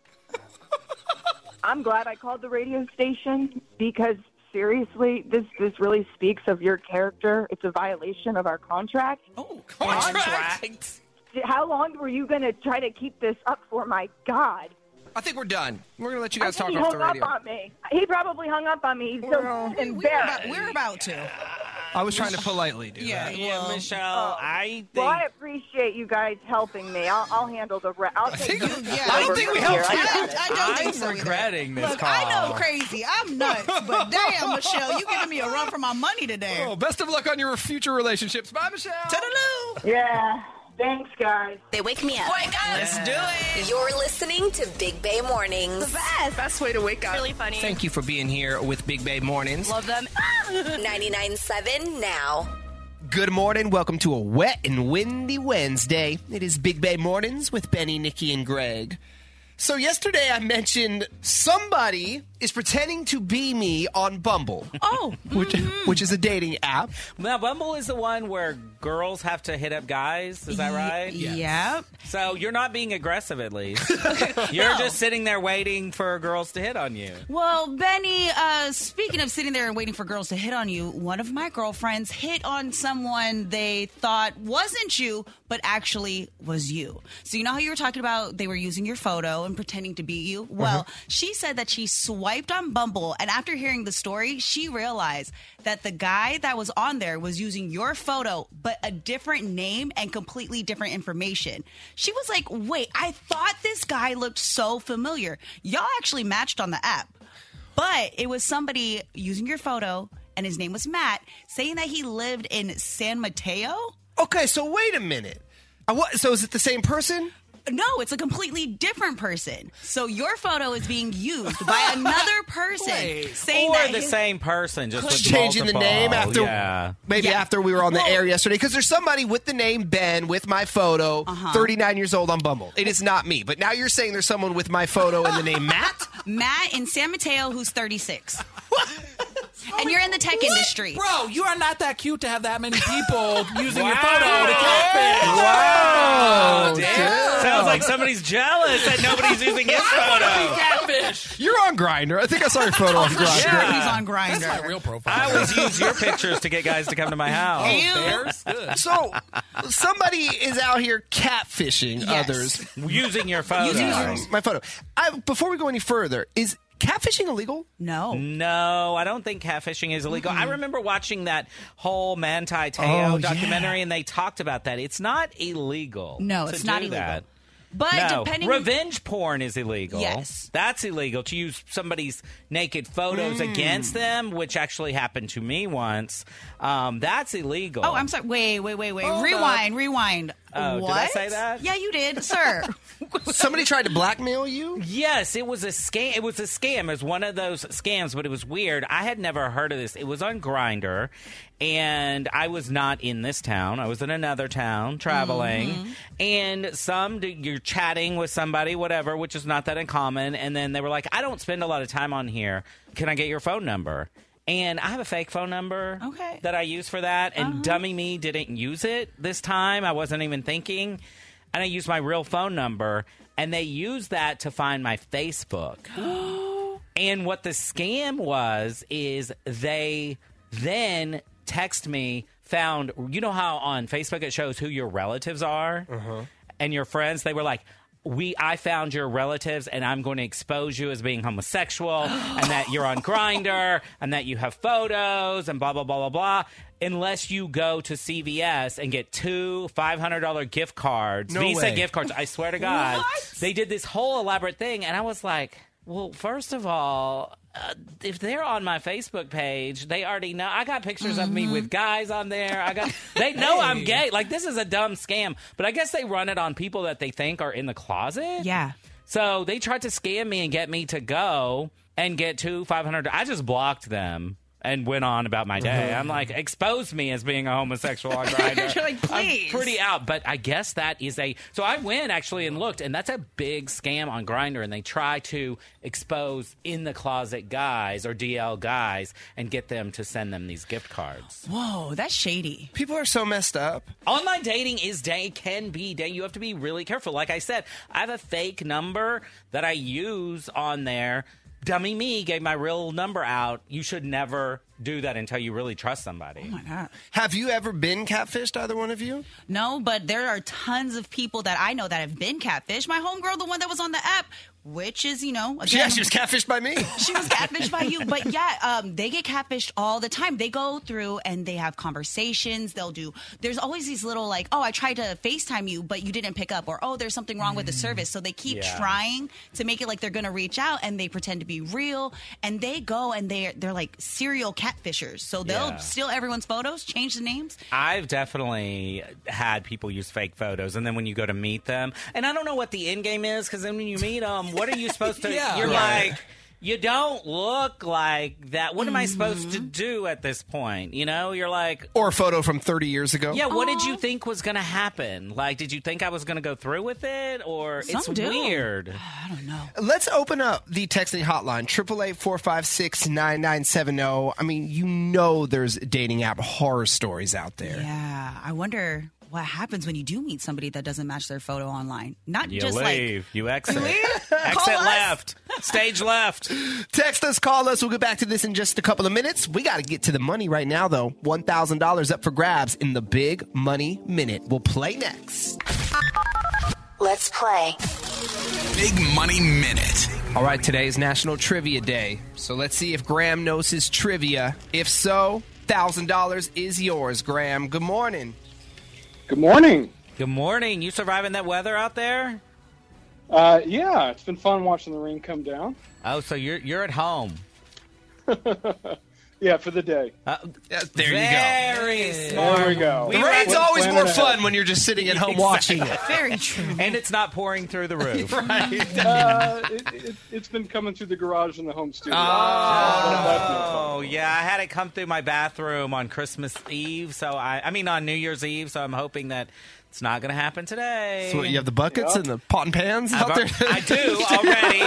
Speaker 4: I'm glad I called the radio station because seriously, this this really speaks of your character. It's a violation of our contract.
Speaker 6: Oh,
Speaker 7: contract.
Speaker 4: How long were you going to try to keep this up for? My God.
Speaker 6: I think we're done. We're gonna let you
Speaker 4: I
Speaker 6: guys
Speaker 4: think
Speaker 6: talk
Speaker 4: he
Speaker 6: off
Speaker 4: hung
Speaker 6: the
Speaker 4: up
Speaker 6: radio.
Speaker 4: on me. He probably hung up on me. He's so embarrassed.
Speaker 9: We're about to.
Speaker 6: I was trying to politely do
Speaker 9: Yeah,
Speaker 6: that.
Speaker 9: well,
Speaker 7: Michelle, I think.
Speaker 4: Well, I appreciate you guys helping me. I'll, I'll handle the rest. I'll take you.
Speaker 9: Yeah, I don't think we helped you. I don't
Speaker 7: am
Speaker 9: think so either.
Speaker 7: regretting this
Speaker 9: Look,
Speaker 7: call.
Speaker 9: I know crazy. I'm nuts, but damn, Michelle, you giving me a run for my money today.
Speaker 6: Oh, best of luck on your future relationships. Bye, Michelle.
Speaker 4: Yeah. Thanks, guys.
Speaker 1: They wake me up.
Speaker 11: Wake up.
Speaker 6: Let's do it.
Speaker 1: You're listening to Big Bay Mornings. The best.
Speaker 6: Best way to wake up.
Speaker 11: Really funny.
Speaker 6: Thank you for being here with Big Bay Mornings.
Speaker 11: Love them.
Speaker 1: 99.7 now.
Speaker 6: Good morning. Welcome to a wet and windy Wednesday. It is Big Bay Mornings with Benny, Nikki, and Greg. So, yesterday I mentioned somebody is pretending to be me on Bumble.
Speaker 9: Oh,
Speaker 6: which, which is a dating app.
Speaker 7: Now, Bumble is the one where girls have to hit up guys. Is that right?
Speaker 9: Yep.
Speaker 7: So you're not being aggressive, at least. you're just sitting there waiting for girls to hit on you.
Speaker 9: Well, Benny, uh, speaking of sitting there and waiting for girls to hit on you, one of my girlfriends hit on someone they thought wasn't you, but actually was you. So, you know how you were talking about they were using your photo and pretending to be you? Well, she said that she swiped on Bumble, and after hearing the story, she realized that the guy that was on there was using your photo, but a different name and completely different information. She was like, wait, I thought this guy looked so familiar. Y'all actually matched on the app. But it was somebody using your photo, and his name was Matt, saying that he lived in San Mateo.
Speaker 6: Okay, so wait a minute. I wa- so, is it the same person?
Speaker 9: No, it's a completely different person. So your photo is being used by another person saying
Speaker 7: or
Speaker 9: that
Speaker 7: the
Speaker 9: his-
Speaker 7: same person, just with
Speaker 6: Just changing the
Speaker 7: multiple.
Speaker 6: name after
Speaker 7: Yeah.
Speaker 6: maybe after we were on the air yesterday because there's somebody with the name Ben with my photo, 39 years old on Bumble. It is not me, but now you're saying there's someone with my photo and the name Matt.
Speaker 9: Matt in San Mateo who's 36. and you're in the tech industry.
Speaker 8: Bro, you are not that cute to have that many people using your
Speaker 7: Wow.
Speaker 8: photo to catfish.
Speaker 7: Wow.
Speaker 8: Damn.
Speaker 7: Damn. Sounds like somebody's jealous that nobody's using his photo.
Speaker 8: Catfish.
Speaker 6: You're on Grinder. I think I saw your photo on Grinder.
Speaker 7: sure. Yeah.
Speaker 9: He's on Grindr.
Speaker 8: That's my real profile.
Speaker 7: I always use your pictures to get guys to come to my house.
Speaker 9: Ew.
Speaker 8: There's good.
Speaker 6: So somebody is out here catfishing
Speaker 9: Yes.
Speaker 6: others.
Speaker 7: Using your photo.
Speaker 6: Using my photo. I, before we go any further, is catfishing illegal?
Speaker 9: No.
Speaker 7: No, I don't think catfishing is illegal.
Speaker 9: Mm-hmm.
Speaker 7: I remember watching that whole Manti Teo
Speaker 6: Oh,
Speaker 7: documentary, and they talked about that. It's not illegal.
Speaker 9: No,
Speaker 7: to
Speaker 9: it's not
Speaker 7: do
Speaker 9: illegal.
Speaker 7: that.
Speaker 9: But
Speaker 7: no,
Speaker 9: depending
Speaker 7: revenge porn is illegal.
Speaker 9: Yes.
Speaker 7: that's illegal to use somebody's naked photos
Speaker 9: Mm.
Speaker 7: against them, which actually happened to me once. Um, that's illegal.
Speaker 9: Oh, I'm sorry. Wait, wait, wait, wait.
Speaker 6: Hold
Speaker 9: rewind, rewind.
Speaker 7: Oh, did I say
Speaker 9: What?
Speaker 7: that?
Speaker 9: Yeah, you did, sir.
Speaker 6: Somebody tried to blackmail you?
Speaker 7: Yes, it was a scam. It was a scam. It was one of those scams, but it was weird. I had never heard of this. It was on Grinder, and I was not in this town. I was in another town traveling, and some d- you're chatting with somebody, whatever, which is not that uncommon. And then they were like, "I don't spend a lot of time on here. Can I get your phone number?" And I have a fake phone number okay. that I use for that. And dummy me didn't use it this time. I wasn't even thinking and I used my real phone number, and they used that to find my Facebook. and what the scam was is they then text me, found you know how on Facebook it shows who your relatives are
Speaker 12: Uh-huh.
Speaker 7: and your friends. They were like. We, I found your relatives, and I'm going to expose you as being homosexual, and that you're on Grinder, and that you have photos, and blah blah blah blah blah. Unless you go to CVS and get two five hundred dollar gift cards,
Speaker 12: No
Speaker 7: Visa
Speaker 12: way.
Speaker 7: gift cards. I swear to God,
Speaker 12: What?
Speaker 7: they did this whole elaborate thing, and I was like, "Well, first of all, uh, if they're on my Facebook page, they already know. I got pictures of me with guys on there. I got they know I'm gay. Like this is a dumb scam, but I guess they run it on people that they think are in the closet.
Speaker 9: Yeah.
Speaker 7: So they tried to scam me and get me to go and get two five hundred. I just blocked them. And went on about my day.
Speaker 12: Mhm.
Speaker 7: I'm like, expose me as being a homosexual on Grindr.
Speaker 12: You're like,
Speaker 7: I'm
Speaker 12: please.
Speaker 7: pretty out, but I guess that is a. So I went actually and looked, and that's a big scam on Grinder, and they try to expose in the closet guys or DL guys and get them to send them these gift cards.
Speaker 9: Whoa, that's shady.
Speaker 6: People are so messed up.
Speaker 7: Online dating is day can be day. You have to be really careful. Like I said, I have a fake number that I use on there. Dummy me gave my real number out. You should never do that until you really trust somebody.
Speaker 12: Oh
Speaker 6: Have you ever been catfished, either one of you?
Speaker 9: No, but there are tons of people that I know that have been catfished. My homegirl, the one that was on the app, which is, you know, again,
Speaker 6: yeah, she was catfished by me.
Speaker 9: she was catfished by you. But yeah, um, they get catfished all the time. They go through and they have conversations. They'll do. There's always these little like, oh, I tried to FaceTime you, but you didn't pick up, or oh, there's something wrong with
Speaker 6: Mm.
Speaker 9: the service. So they keep
Speaker 13: Yeah.
Speaker 9: trying to make it like they're going to reach out, and they pretend to be real, and they go and they are they're like serial catfishers. So they'll
Speaker 7: Yeah.
Speaker 9: steal everyone's photos, change the names.
Speaker 7: I've definitely had people use fake photos, and then when you go to meet them, and I don't know what the end game is because then when you meet them, what are you supposed to?
Speaker 12: Yeah.
Speaker 7: You're
Speaker 12: Right.
Speaker 7: like, you don't look like that. What am I supposed to
Speaker 12: Mm-hmm.
Speaker 7: do at this point? You know, you're like,
Speaker 6: Or a photo from 30 years ago.
Speaker 7: yeah, what did you think was going to happen? Like, did you think I was going to go through with it, or it's
Speaker 6: Some do.
Speaker 7: weird?
Speaker 6: Let's open up the texting hotline, 888-456-9970. I mean, you know there's dating app horror stories out there.
Speaker 9: Yeah, I wonder what happens when you do meet somebody that doesn't match their photo online. Not just like
Speaker 7: you exit,
Speaker 9: Call
Speaker 7: exit
Speaker 9: us.
Speaker 7: left, stage left.
Speaker 6: Text us, call us. We'll get back to this in just a couple of minutes. We got to get to the money right now, though. $1,000 up for grabs in the Big Money Minute. We'll play next.
Speaker 1: Let's play.
Speaker 6: Big Money Minute. All right, today is National Trivia Day. So let's see if Graham knows his trivia. If so, $1,000 is yours, Graham. Good morning.
Speaker 14: Good morning.
Speaker 7: Good morning. You surviving that weather out there?
Speaker 14: Uh, yeah, it's been fun watching the rain come down.
Speaker 7: Oh, so you're you're at home.
Speaker 14: Yeah, for the day.
Speaker 7: Uh,
Speaker 6: there you go.
Speaker 7: Very smart.
Speaker 14: There we go.
Speaker 6: the rain's always more
Speaker 14: Planet
Speaker 6: fun when you're just sitting at home watching it.
Speaker 9: Very true.
Speaker 7: And it's not pouring through the roof.
Speaker 14: Earth. uh, it, it, it's been coming through the garage in the home studio.
Speaker 7: Oh, yeah. I had it come through my bathroom on Christmas Eve. So I, I mean, on New Year's Eve. So I'm hoping that it's not going to happen today.
Speaker 6: So what, you have the buckets and the pot and pans
Speaker 7: I've
Speaker 6: out there?
Speaker 7: al- Uh, I do already,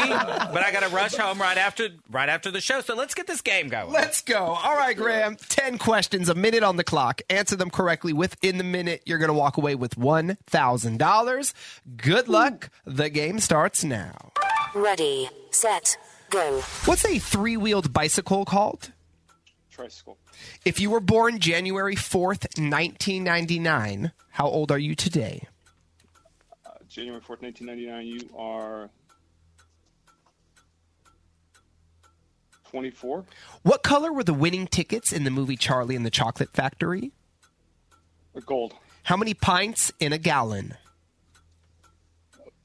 Speaker 7: but I got to rush home right after right after the show. So let's get this game going.
Speaker 6: Let's go. All right, Graham. 10 questions, a minute on the clock. Answer them correctly within the minute. You're going to walk away with $1,000. Good luck. The game starts now.
Speaker 1: Ready, set, go.
Speaker 6: What's a three wheeled bicycle called?
Speaker 14: Tricycle.
Speaker 6: If you were born January 4th, 1999, how old are you today?
Speaker 14: Uh, January 4th, 1999, you are 24.
Speaker 6: What color were the winning tickets in the movie Charlie and the Chocolate Factory?
Speaker 14: Or gold.
Speaker 6: How many pints in a gallon?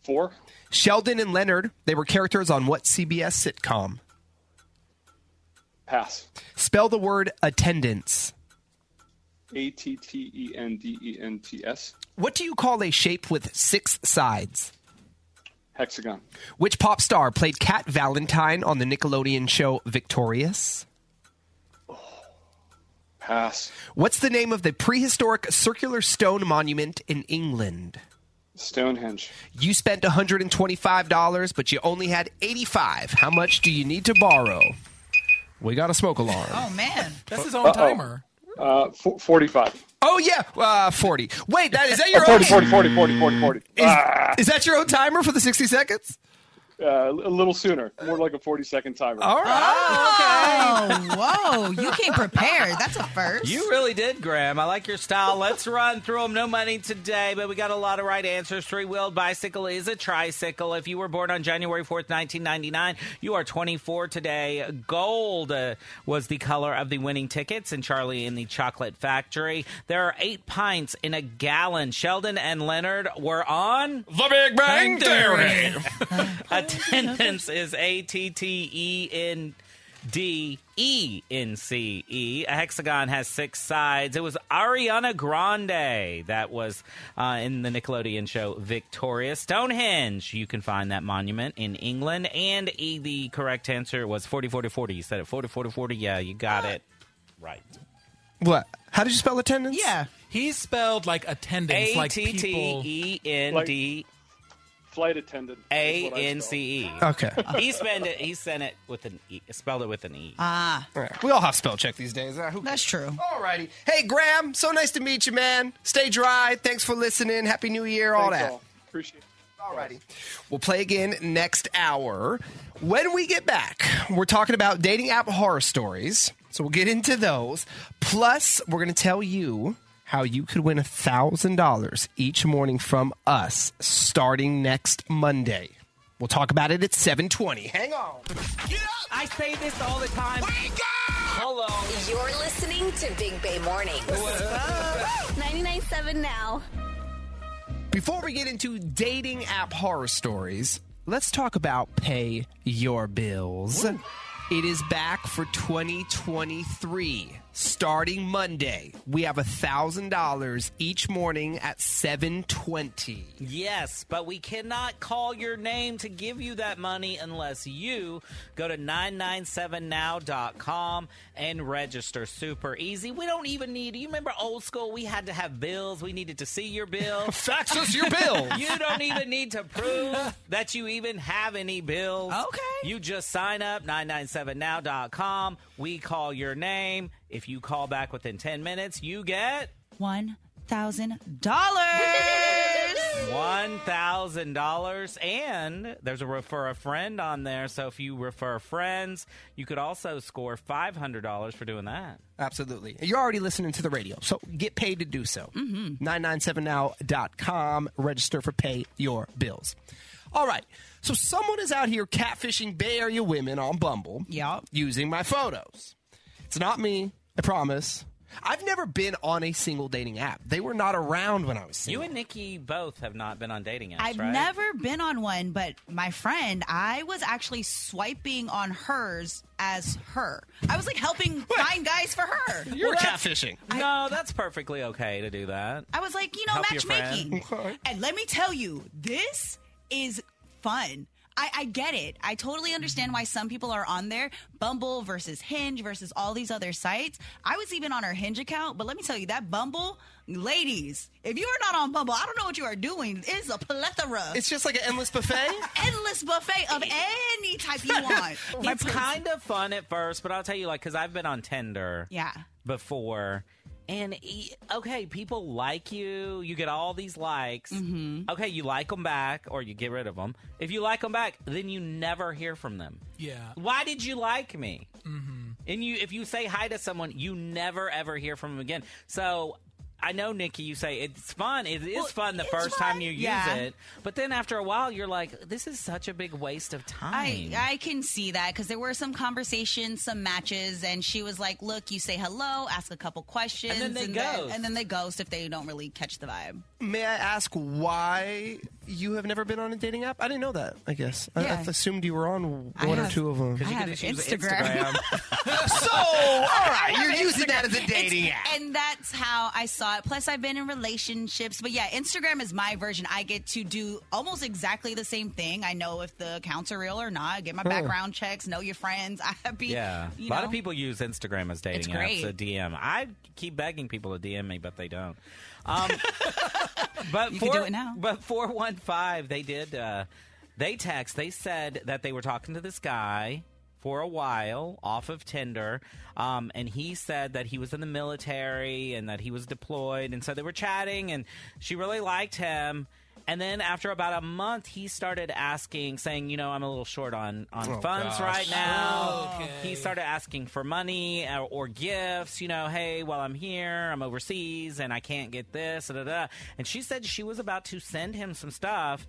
Speaker 14: Four.
Speaker 6: Sheldon and Leonard, they were characters on what CBS sitcom?
Speaker 14: Pass.
Speaker 6: Spell the word attendance.
Speaker 14: A T T E N D E N T S.
Speaker 6: What do you call a shape with six sides?
Speaker 14: Hexagon.
Speaker 6: Which pop star played Cat Valentine on the Nickelodeon show Victorious?
Speaker 14: Pass.
Speaker 6: What's the name of the prehistoric circular stone monument in England?
Speaker 14: Stonehenge.
Speaker 6: You spent $125, but you only had 85. How much do you need to borrow? We got a smoke alarm.
Speaker 9: Oh man,
Speaker 8: that's his
Speaker 14: Uh-oh. Uh, fo- 45.
Speaker 6: Oh yeah, uh, forty. Wait, that is that your
Speaker 14: Oh, 40,
Speaker 6: own?
Speaker 14: 40, 40, 40, 40, 40.
Speaker 6: Is, is that your own timer for the sixty seconds?
Speaker 14: Uh, a little sooner, more like a forty-second timer.
Speaker 6: All
Speaker 9: Oh, whoa! You came prepared. That's a first.
Speaker 7: You really did, Graham. I like your style. Let's run through them. No money today, but we got a lot of right answers. Three wheeled bicycle is a tricycle. If you were born on January 4th, 1999, you are 24 today. Gold uh, was the color of the winning tickets in Charlie in the Chocolate Factory. There are eight pints in a gallon. Sheldon and Leonard were on
Speaker 6: The Big Bang Theory.
Speaker 7: Attendance is A T T E N D E N C E. A hexagon has six sides. It was Ariana Grande that was uh, in the Nickelodeon show Victoria. Stonehenge, you can find that monument in England. And E, the correct answer was 40 40 40. You said it 40 40 40. Yeah, you got it right.
Speaker 6: What? How did you spell attendance?
Speaker 9: Yeah,
Speaker 8: he spelled like attendance,
Speaker 7: A
Speaker 8: like
Speaker 7: T T
Speaker 8: people.
Speaker 7: E N D
Speaker 14: Flight attendant.
Speaker 7: A N C E.
Speaker 6: Okay.
Speaker 7: He spelled it. He sent it with an E. Spelled it with an E.
Speaker 9: Ah.
Speaker 6: We all have spell check these days. Uh, who
Speaker 9: That's true.
Speaker 6: Alrighty. Hey, Graham. So nice to meet you, man. Stay dry. Thanks for listening. Happy New Year. All
Speaker 14: Thanks
Speaker 6: that.
Speaker 14: all. Appreciate it.
Speaker 6: Alrighty. We'll play again next hour. When we get back, we're talking about dating app horror stories. So we'll get into those. Plus, we're going to tell you how you could win $1,000 each morning from us starting next Monday. We'll talk about it at 720. Hang on.
Speaker 7: I say this all the time. Wake up! Hello.
Speaker 15: You're listening to Big Bay Mornings.
Speaker 1: 99.7 now.
Speaker 6: Before we get into dating app horror stories, let's talk about pay your bills. It is back for 2023. Starting Monday, we have $1,000 each morning at 720.
Speaker 7: Yes, but we cannot call your name to give you that money unless you go to 997now.com and register. Super easy. We don't even need, you remember old school? We had to have bills. We needed to see your bill.
Speaker 6: Fax us your bills.
Speaker 7: you don't even need to prove that you even have any bills. Okay. You just sign up, 997now.com. We call your name. If you call back within 10 minutes, you get.
Speaker 9: One thousand dollars.
Speaker 7: One thousand dollars, and there's a refer a friend on there. So if you refer friends, you could also score five hundred dollars for doing that.
Speaker 6: Absolutely. You're already listening to the radio, so get paid to do so. Mm-hmm. 997now.com. Register for pay your bills. All right. So someone is out here catfishing Bay Area women on Bumble. Yeah. Using my photos. It's not me, I promise. I've never been on a single dating app. They were not around when I was single.
Speaker 7: You and Nikki both have not been on dating apps,
Speaker 9: I've
Speaker 7: right?
Speaker 9: never been on one, but my friend, I was actually swiping on hers as her. I was like helping find guys for her.
Speaker 6: You're
Speaker 7: Well, that's-
Speaker 6: catfishing.
Speaker 7: No, that's perfectly okay to do that.
Speaker 9: I was like, you know,
Speaker 7: Help your
Speaker 9: matchmaking.
Speaker 7: friend. Okay.
Speaker 9: And let me tell you, this is fun. I, I get it. I totally understand why some people are on there. Bumble versus Hinge versus all these other sites. I was even on her Hinge account, but let me tell you that Bumble, ladies, if you are not on Bumble, I don't know what you are doing. It's a plethora.
Speaker 6: It's just like an endless buffet.
Speaker 9: endless buffet of any type you want.
Speaker 7: It's kind of fun at first, but I'll tell you, like, because I've been on Tinder.
Speaker 9: Yeah.
Speaker 7: before. And e- okay, people like you. You get all these likes.
Speaker 9: Mm-hmm.
Speaker 7: Okay, you like them back or you get rid of them. If you like them back, then you never hear from them.
Speaker 8: Yeah.
Speaker 7: Why did you like me? And you, if you say hi to someone, you never ever hear from them again. So. I know, Nikki, you say it's fun. It is fun the first time you use
Speaker 9: Yeah.
Speaker 7: it. But then after a while, you're like, this is such a big waste of time.
Speaker 9: I, I can see that because there were some conversations, some matches, and she was like, "Look, you say hello, ask a couple questions,
Speaker 7: And then they
Speaker 9: then-
Speaker 7: ghost.
Speaker 9: and then they ghost if they don't really catch the vibe."
Speaker 6: May I ask why you have never been on a dating app? I didn't know that. I guess I,
Speaker 16: Yeah.
Speaker 6: I assumed you were on
Speaker 16: I
Speaker 6: one or
Speaker 16: have-
Speaker 6: two of them.
Speaker 16: I have
Speaker 9: Instagram.
Speaker 6: so, all right,
Speaker 9: I
Speaker 6: you're
Speaker 9: have
Speaker 6: using
Speaker 9: Instagram.
Speaker 6: that as a
Speaker 9: It's-
Speaker 6: dating app.
Speaker 9: And that's how I saw it. Plus, I've been in relationships. But yeah, Instagram is my version. I get to do almost exactly the same thing. I know if the accounts are real or not. I get my
Speaker 7: Huh.
Speaker 9: background checks, know your friends. I be,
Speaker 7: yeah,
Speaker 9: you
Speaker 7: a lot
Speaker 9: know.
Speaker 7: of people use Instagram as dating
Speaker 9: It's
Speaker 7: apps.
Speaker 9: great.
Speaker 7: A DM. I keep begging people to DM me, but they don't. Um, but
Speaker 9: You
Speaker 7: four,
Speaker 9: could do it now.
Speaker 7: But four one five, they did. Uh, they text. They said that they were talking to this guy for a while off of Tinder, um, and he said that he was in the military and that he was deployed, and so they were chatting, and she really liked him. And then after about a month, he started asking, saying, "You know, I'm a little short on on
Speaker 2: Oh,
Speaker 7: funds
Speaker 2: gosh.
Speaker 7: right now."
Speaker 2: Okay.
Speaker 7: He started asking for money or, or gifts. You know, hey, while I'm here, I'm overseas and I can't get this. Da, da, da. And she said she was about to send him some stuff.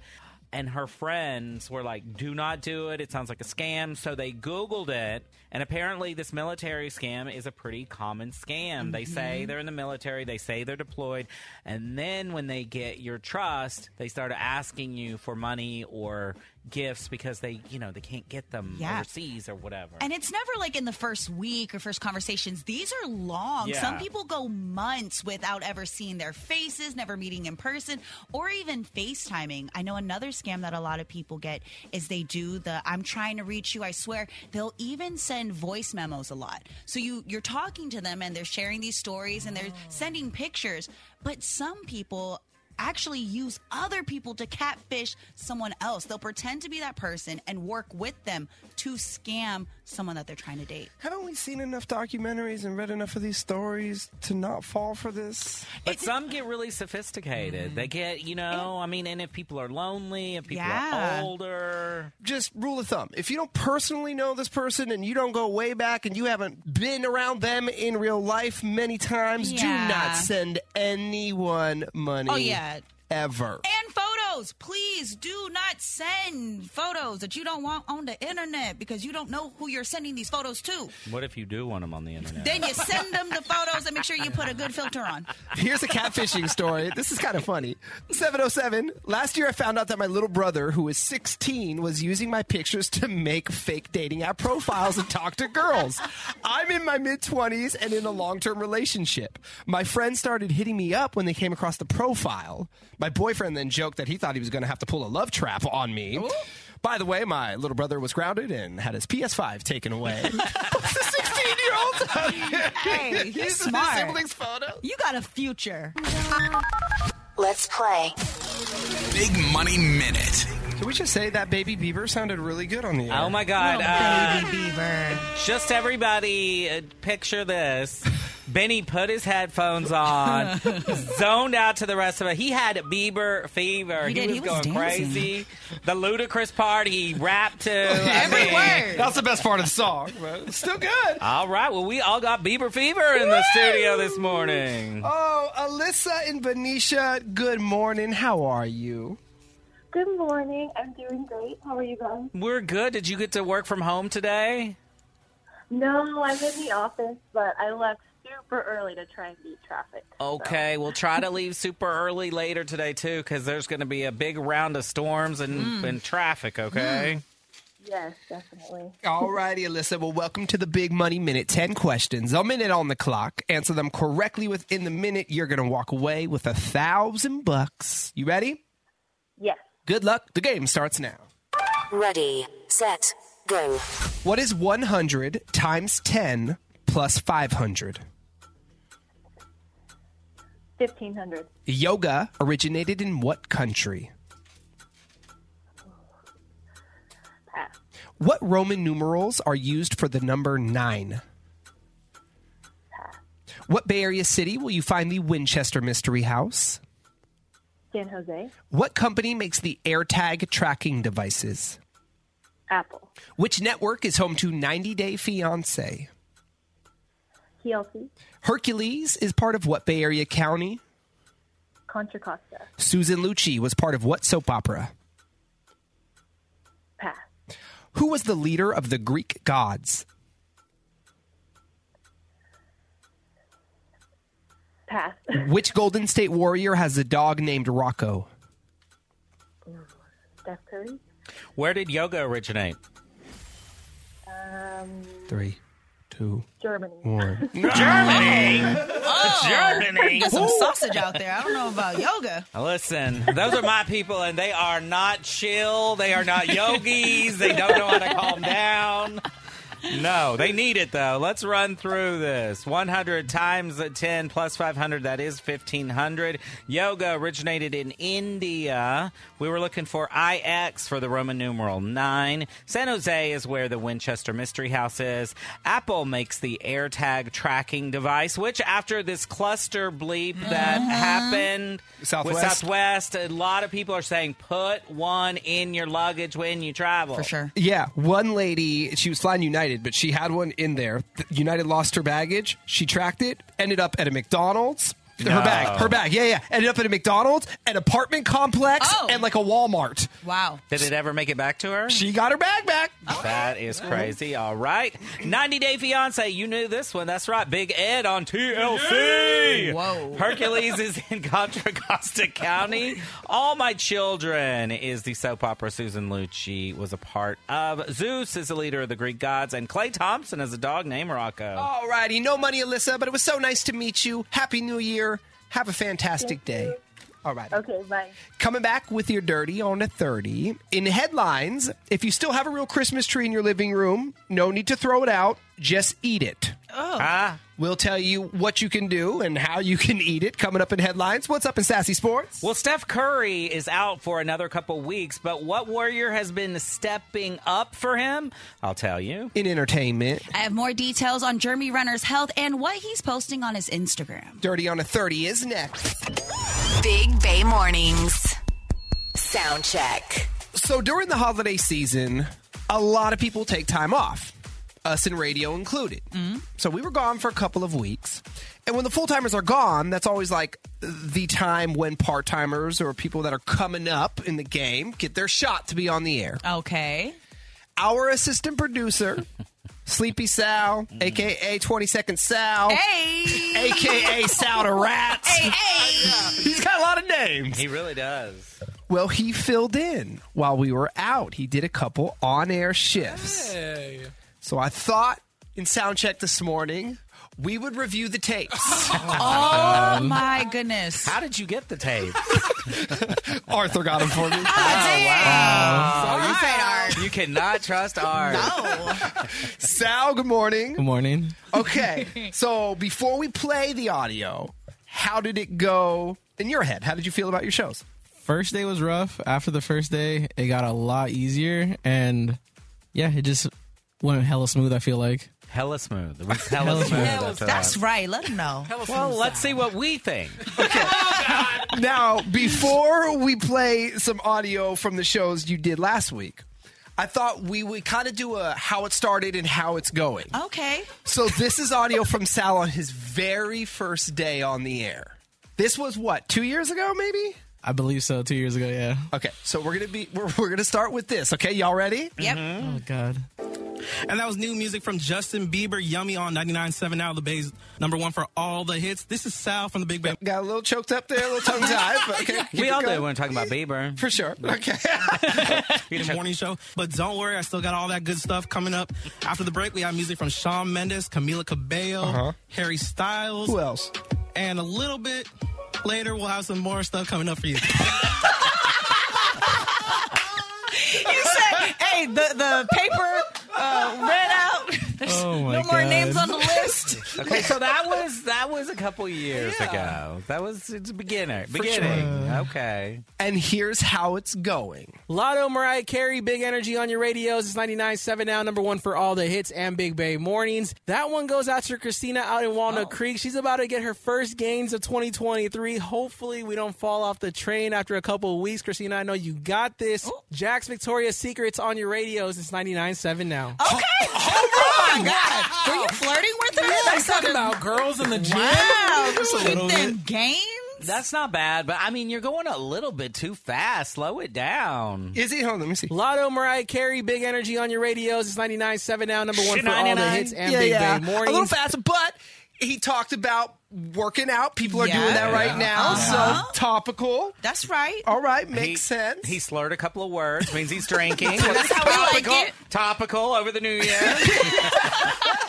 Speaker 7: And her friends were like, do not do it. It sounds like a scam. So they Googled it. And apparently, this military scam is a pretty common scam. They say
Speaker 2: Mhm.
Speaker 7: they're in the military, they say they're deployed. And then when they get your trust, they start asking you for money or gifts because they, you know, they can't get them
Speaker 9: Yeah.
Speaker 7: overseas or whatever.
Speaker 9: And it's never like in the first week or first conversations. These are long.
Speaker 7: Yeah.
Speaker 9: Some people go months without ever seeing their faces, never meeting in person, or even FaceTiming. I know another scam that a lot of people get is they do the I'm trying to reach you, I swear. They'll even send voice memos a lot. So you you're talking to them and they're sharing these stories and they're sending pictures, but some people actually use other people to catfish someone else. They'll pretend to be that person and work with them to scam someone that they're trying to date.
Speaker 6: Haven't we seen enough documentaries and read enough of these stories to not fall for this?
Speaker 7: But some get really sophisticated. They get, you know, I mean, and if people are lonely, if people
Speaker 6: Yeah.
Speaker 7: are older.
Speaker 6: Just rule of thumb: if you don't personally know this person and you don't go way back and you haven't been around them in real life many times,
Speaker 9: Yeah.
Speaker 6: do not send anyone money.
Speaker 9: Oh, yeah.
Speaker 6: ever.
Speaker 9: And photos, please do not send photos that you don't want on the internet because you don't know who you're sending these photos to.
Speaker 7: What if you do want them on the internet?
Speaker 9: Then you send them the photos and make sure you put a good filter on.
Speaker 6: Here's a catfishing story. This is kind of funny. 707. Last year, I found out that my little brother, who is 16, was using my pictures to make fake dating app profiles and talk to girls. I'm in my mid 20s and in a long term relationship. My friends started hitting me up when they came across the profile. My boyfriend then joked that he thought he was going to have to pull a love trap on me.
Speaker 9: Oh.
Speaker 6: By the way, my little brother was grounded and had his PS5 taken away.
Speaker 9: hey, you're
Speaker 2: This is his
Speaker 9: smart.
Speaker 2: sibling's
Speaker 9: You got a future.
Speaker 1: Let's play.
Speaker 6: Big Money Minute. Can we just say that Baby Bieber sounded really good on the air?
Speaker 7: Oh my God! uh,
Speaker 9: Bieber.
Speaker 7: Just everybody, uh, picture this. Benny put his headphones on, zoned out to the rest of it. He had Bieber fever.
Speaker 2: He did.
Speaker 7: was
Speaker 2: He was
Speaker 7: going
Speaker 2: dancing.
Speaker 7: crazy. The ludicrous part he rapped to.
Speaker 2: Every word.
Speaker 6: That's the best part of the song. Still good.
Speaker 7: All right. Well, we all got Bieber fever in the studio this morning.
Speaker 6: Oh, Alyssa and Benicia, good morning. How are you?
Speaker 12: Good morning. I'm doing great. How are you guys?
Speaker 7: We're good. Did you get to work from home today?
Speaker 12: No, I'm in the office, but I left super early to try and beat traffic.
Speaker 7: Okay, we'll try to leave super early later today too, because there's going to be a big round of storms
Speaker 12: Mm.
Speaker 7: and, and traffic. Okay.
Speaker 12: Yes, definitely.
Speaker 6: All righty, Alyssa. Well, welcome to the Big Money Minute. 10 questions, a minute on the clock. Answer them correctly within the minute. You're going to walk away with a thousand bucks. You ready?
Speaker 12: Yes.
Speaker 6: Good luck. The game starts now.
Speaker 1: Ready, set, go.
Speaker 6: What is 100 times 10 plus 500?
Speaker 12: 1500.
Speaker 6: Yoga originated in what country?
Speaker 12: Pass.
Speaker 6: What Roman numerals are used for the number nine? What Bay Area city will you find the Winchester Mystery House?
Speaker 12: San Jose.
Speaker 6: What company makes the AirTag tracking devices?
Speaker 12: Apple.
Speaker 6: Which network is home to 90 Day Fiancé?
Speaker 12: TLC.
Speaker 6: Hercules is part of what Bay Area county?
Speaker 12: Contra Costa.
Speaker 6: Susan Lucci was part of what soap opera?
Speaker 12: Pass.
Speaker 6: Who was the leader of the Greek gods?
Speaker 12: Pass.
Speaker 6: Which Golden State Warrior has a dog named Rocco?
Speaker 12: Steph Curry.
Speaker 7: Where did yoga originate?
Speaker 12: Um,
Speaker 6: Three, two,
Speaker 12: Germany.
Speaker 6: one.
Speaker 9: Oh,
Speaker 7: Germany.
Speaker 9: There's some
Speaker 7: Woo.
Speaker 9: sausage out there. I don't know about yoga.
Speaker 7: Listen, those are my people, and they are not chill. They are not yogis. They don't know how to calm down. No, they need it though. Let's run through this. 100 times 10 plus 500, that is 1500. Yoga originated in India. We were looking for IX for the Roman numeral 9. San Jose is where the Winchester Mystery House is. Apple makes the AirTag tracking device, which after this cluster bleep that happened with
Speaker 6: Southwest.
Speaker 7: Southwest, a lot of people are saying put one in your luggage when you travel. For sure.
Speaker 6: Yeah, one lady, she was flying United, but she had one in there. Th- United lost her baggage. She tracked it, ended up at a McDonald's.
Speaker 7: No.
Speaker 6: Her bag, her bag, yeah, yeah. Ended up at a McDonald's, an apartment complex, and like a Walmart.
Speaker 9: Wow.
Speaker 7: Did it ever make it back to her?
Speaker 6: She got her bag back.
Speaker 7: That is crazy. All right. 90 Day Fiance. You knew this one. That's right. Big Ed on TLC. Whoa. Hercules is in Contra Costa County. All My Children is the soap opera Susan Lucci was a part of. Zeus is the leader of the Greek gods. And Clay Thompson is a dog named Rocco.
Speaker 6: Alrighty, no money, Alyssa, but it was so nice to meet you. Happy New Year. Have a fantastic day. All right.
Speaker 12: Okay, bye.
Speaker 6: Coming back with your dirty on a 30. In headlines, if you still have a real Christmas tree in your living room, no need to throw it out. Just eat it. Ah.
Speaker 9: Oh.
Speaker 6: We'll tell you what you can do and how you can eat it coming up in headlines. What's up in Sassy Sports?
Speaker 7: Well, Steph Curry is out for another couple weeks, but what Warrior has been stepping up for him? I'll tell you.
Speaker 6: In entertainment,
Speaker 9: I have more details on Jeremy Renner's health and what he's posting on his Instagram.
Speaker 6: Dirty on a 30 is next.
Speaker 1: Big Bay Mornings. Sound check.
Speaker 6: So during the holiday season, a lot of people take time off, us in radio included.
Speaker 9: Mm-hmm.
Speaker 6: So we were gone for a couple of weeks. And when the full timers are gone, that's always like the time when part timers or people that are coming up in the game get their shot to be on the air.
Speaker 9: Uh-huh. Okay.
Speaker 6: Our assistant producer, Sleepy Sal, aka 20 Second Sal,
Speaker 9: Mm-hmm. Hey.
Speaker 6: aka Sal to Rats.
Speaker 9: Hey, hey.
Speaker 6: He's got a lot of names.
Speaker 7: He really does.
Speaker 6: Well, he filled in while we were out. He did a couple on air shifts.
Speaker 8: Hey.
Speaker 6: So I thought in Soundcheck this morning, we would review the tapes.
Speaker 9: Oh my goodness.
Speaker 7: How did you get the tape?
Speaker 6: Arthur got them for me.
Speaker 7: Oh, you, you cannot trust ours.
Speaker 6: Sal, good morning. Good
Speaker 13: morning.
Speaker 6: Okay. So before we play the audio, how did it go in your head? How did you feel about your shows?
Speaker 13: First day was rough. After the first day, it got a lot easier, and yeah, it just went hella smooth. I feel like
Speaker 7: hella smooth. It was hella smooth. That's
Speaker 9: That's right. Let him know.
Speaker 7: Well, let's see what we think.
Speaker 6: Now, before we play some audio from the shows you did last week, I thought we would kind of do a how it started and how it's going.
Speaker 9: Okay.
Speaker 6: So this is audio from Sal on his very first day on the air. This was what two years ago, maybe.
Speaker 13: I believe so. Two years ago, yeah.
Speaker 6: Okay, so we're gonna be we're, we're gonna start with this. Okay, y'all ready?
Speaker 9: Yep.
Speaker 13: Oh God.
Speaker 17: And that was new music from Justin Bieber, Yummy on 99.7 now, the Bay's number one for all the hits. This is Sal from the Big Bay.
Speaker 6: Got a little choked up there, a little tongue tied, but okay. keep
Speaker 7: we
Speaker 6: it
Speaker 7: all
Speaker 6: going.
Speaker 7: do when talking about Bieber.
Speaker 6: For sure. Okay.
Speaker 17: the morning show. But don't worry, I still got all that good stuff coming up. After the break, we have music from Shawn Mendes, Camila Cabello,
Speaker 13: Uh-huh.
Speaker 17: Harry Styles. Who
Speaker 6: else?
Speaker 17: And a little bit later, we'll have some more stuff coming up for you.
Speaker 9: You said, hey, the, the paper uh, read out. There's
Speaker 7: Oh, my
Speaker 9: no more
Speaker 7: God.
Speaker 9: names on the list.
Speaker 7: Okay, so that was that was a couple years ago. That was it's a beginner beginning. Okay.
Speaker 6: And here's how it's going.
Speaker 13: Lotto, Mariah Carey, Big Energy on your radios. It's 99.7 now, number one for all the hits and Big Bay mornings. That one goes out to Christina out in Walnut Creek. She's about to get her first gains of 2023. Hopefully, we don't fall off the train after a couple of weeks. Christina, I know you got this.
Speaker 7: Oh,
Speaker 13: Jack's Victoria's Secrets on your radios. It's 99.7 now.
Speaker 9: Okay. Oh, my God. Were you flirting with her?
Speaker 8: Yeah,
Speaker 9: That
Speaker 8: he's talking
Speaker 9: sounded-
Speaker 8: about girls in the gym.
Speaker 9: Wow.
Speaker 8: Just a little
Speaker 9: Keep them
Speaker 8: bit.
Speaker 9: games.
Speaker 7: That's not bad, but I mean, you're going a little bit too fast. Slow it down.
Speaker 6: Is he? Hold on, let me see.
Speaker 13: Lotto, Mariah Carey, Big Energy on your radios. It's 99.7 now, number one
Speaker 7: Shit,
Speaker 13: for all the
Speaker 7: 99.
Speaker 13: hits and
Speaker 6: yeah,
Speaker 13: Big
Speaker 6: yeah.
Speaker 13: Bay
Speaker 6: A
Speaker 13: mornings.
Speaker 6: little fast, but he talked about working out. People are
Speaker 16: Yeah.
Speaker 6: doing that right
Speaker 16: Yeah.
Speaker 6: now.
Speaker 16: Uh-huh.
Speaker 6: So topical.
Speaker 9: That's right.
Speaker 6: All right, makes
Speaker 7: He-
Speaker 6: sense.
Speaker 7: He slurred a couple of words, means he's drinking.
Speaker 6: That's how we like
Speaker 7: topical,
Speaker 6: it.
Speaker 7: Topical over the new year.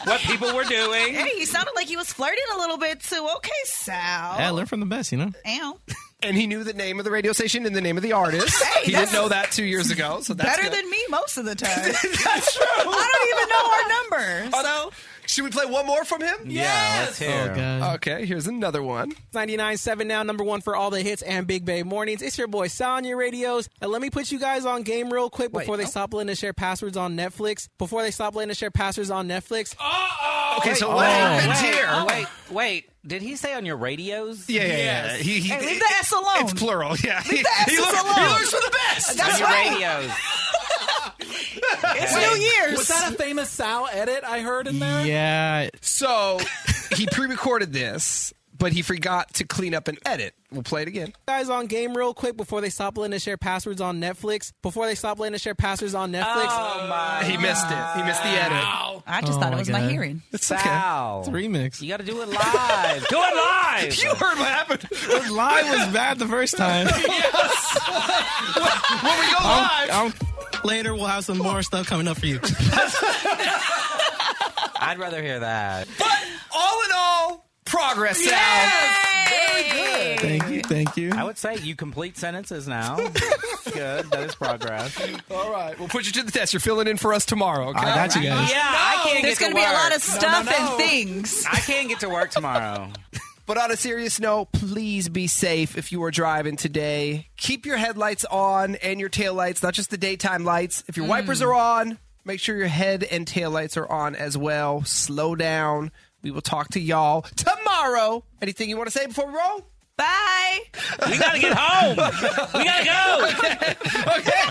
Speaker 7: what people were doing.
Speaker 9: Hey, he sounded like he was flirting a little bit too. Okay, Sal.
Speaker 6: Yeah,
Speaker 13: learn from the best, you know.
Speaker 9: Ow.
Speaker 6: And he knew the name of the radio station and the name of the artist.
Speaker 9: Hey,
Speaker 6: he
Speaker 9: that's-
Speaker 6: didn't know that two years ago, so that's
Speaker 9: Better
Speaker 6: good.
Speaker 9: than me most of the time.
Speaker 6: That's true.
Speaker 9: I don't even know our number.
Speaker 6: so should we play one more from him?
Speaker 13: Yeah, let's hear. Oh,
Speaker 17: Uh,
Speaker 13: God.
Speaker 6: Okay, here's another one.
Speaker 13: 99.7 now, number one for all the hits and Big Bay mornings. It's your boy Sal on your radios. And let me put you guys on game real quick before they stop letting us share passwords on Netflix. Before they stop letting us share passwords on Netflix.
Speaker 7: Oh,
Speaker 13: Okay, so
Speaker 7: wait,
Speaker 13: what
Speaker 7: wait,
Speaker 13: happened
Speaker 7: wait,
Speaker 13: here?
Speaker 7: oh, Wait, wait. Did he say on your radios?
Speaker 13: Yeah, yeah, yeah. Yes. He- he-
Speaker 9: Hey, leave the S alone.
Speaker 6: It's plural, yeah.
Speaker 9: Leave the S's alone. That's
Speaker 7: on your
Speaker 9: right.
Speaker 7: radios.
Speaker 9: It's
Speaker 8: Wait,
Speaker 9: New Year's.
Speaker 8: Was that a famous Sal edit I heard in there?
Speaker 13: Yeah.
Speaker 6: So he pre recorded this, but he forgot to clean up and edit. We'll play it again.
Speaker 13: Guys on game real quick before they stop letting us share passwords on Netflix. Before they stop letting us share passwords on Netflix.
Speaker 7: Oh my!
Speaker 6: Ah, He missed it. He missed the edit.
Speaker 9: I
Speaker 13: just Oh, thought it my was my God. hearing.
Speaker 6: It's okay.
Speaker 7: Wow.
Speaker 13: remix.
Speaker 7: You got to do it live. do it live.
Speaker 6: You heard what happened.
Speaker 13: Live was bad the first time.
Speaker 6: when we go
Speaker 13: I'm-
Speaker 6: live.
Speaker 13: I'm- later, we'll have some more stuff coming up for you.
Speaker 7: I'd rather hear that.
Speaker 6: all in all, progress, Sal.
Speaker 7: Very good.
Speaker 13: Thank you. Thank you.
Speaker 7: I would say you complete sentences now. good. That is progress.
Speaker 6: All right, we'll put you to the test. You're filling in for us tomorrow. Okay?
Speaker 13: I got you guys.
Speaker 7: Yeah, I can't
Speaker 9: There's
Speaker 7: get to
Speaker 9: gonna be a lot
Speaker 7: work.
Speaker 9: of stuff and things.
Speaker 7: I can't get to work tomorrow.
Speaker 6: But on a serious note, please be safe if you are driving today. Keep your headlights on and your taillights, not just the daytime lights. If your wipers are on, make sure your head and taillights are on as well. Slow down. We will talk to y'all tomorrow. Anything you want to say before we roll?
Speaker 9: Bye.
Speaker 7: We gotta get home. We gotta go.
Speaker 6: Okay.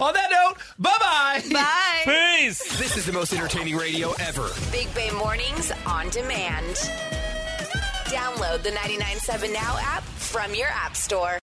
Speaker 6: on that note, bye bye.
Speaker 9: Bye.
Speaker 7: Peace.
Speaker 6: This is the most entertaining radio ever.
Speaker 1: Big Bay Mornings on demand. Download the 997 Now app from your App Store.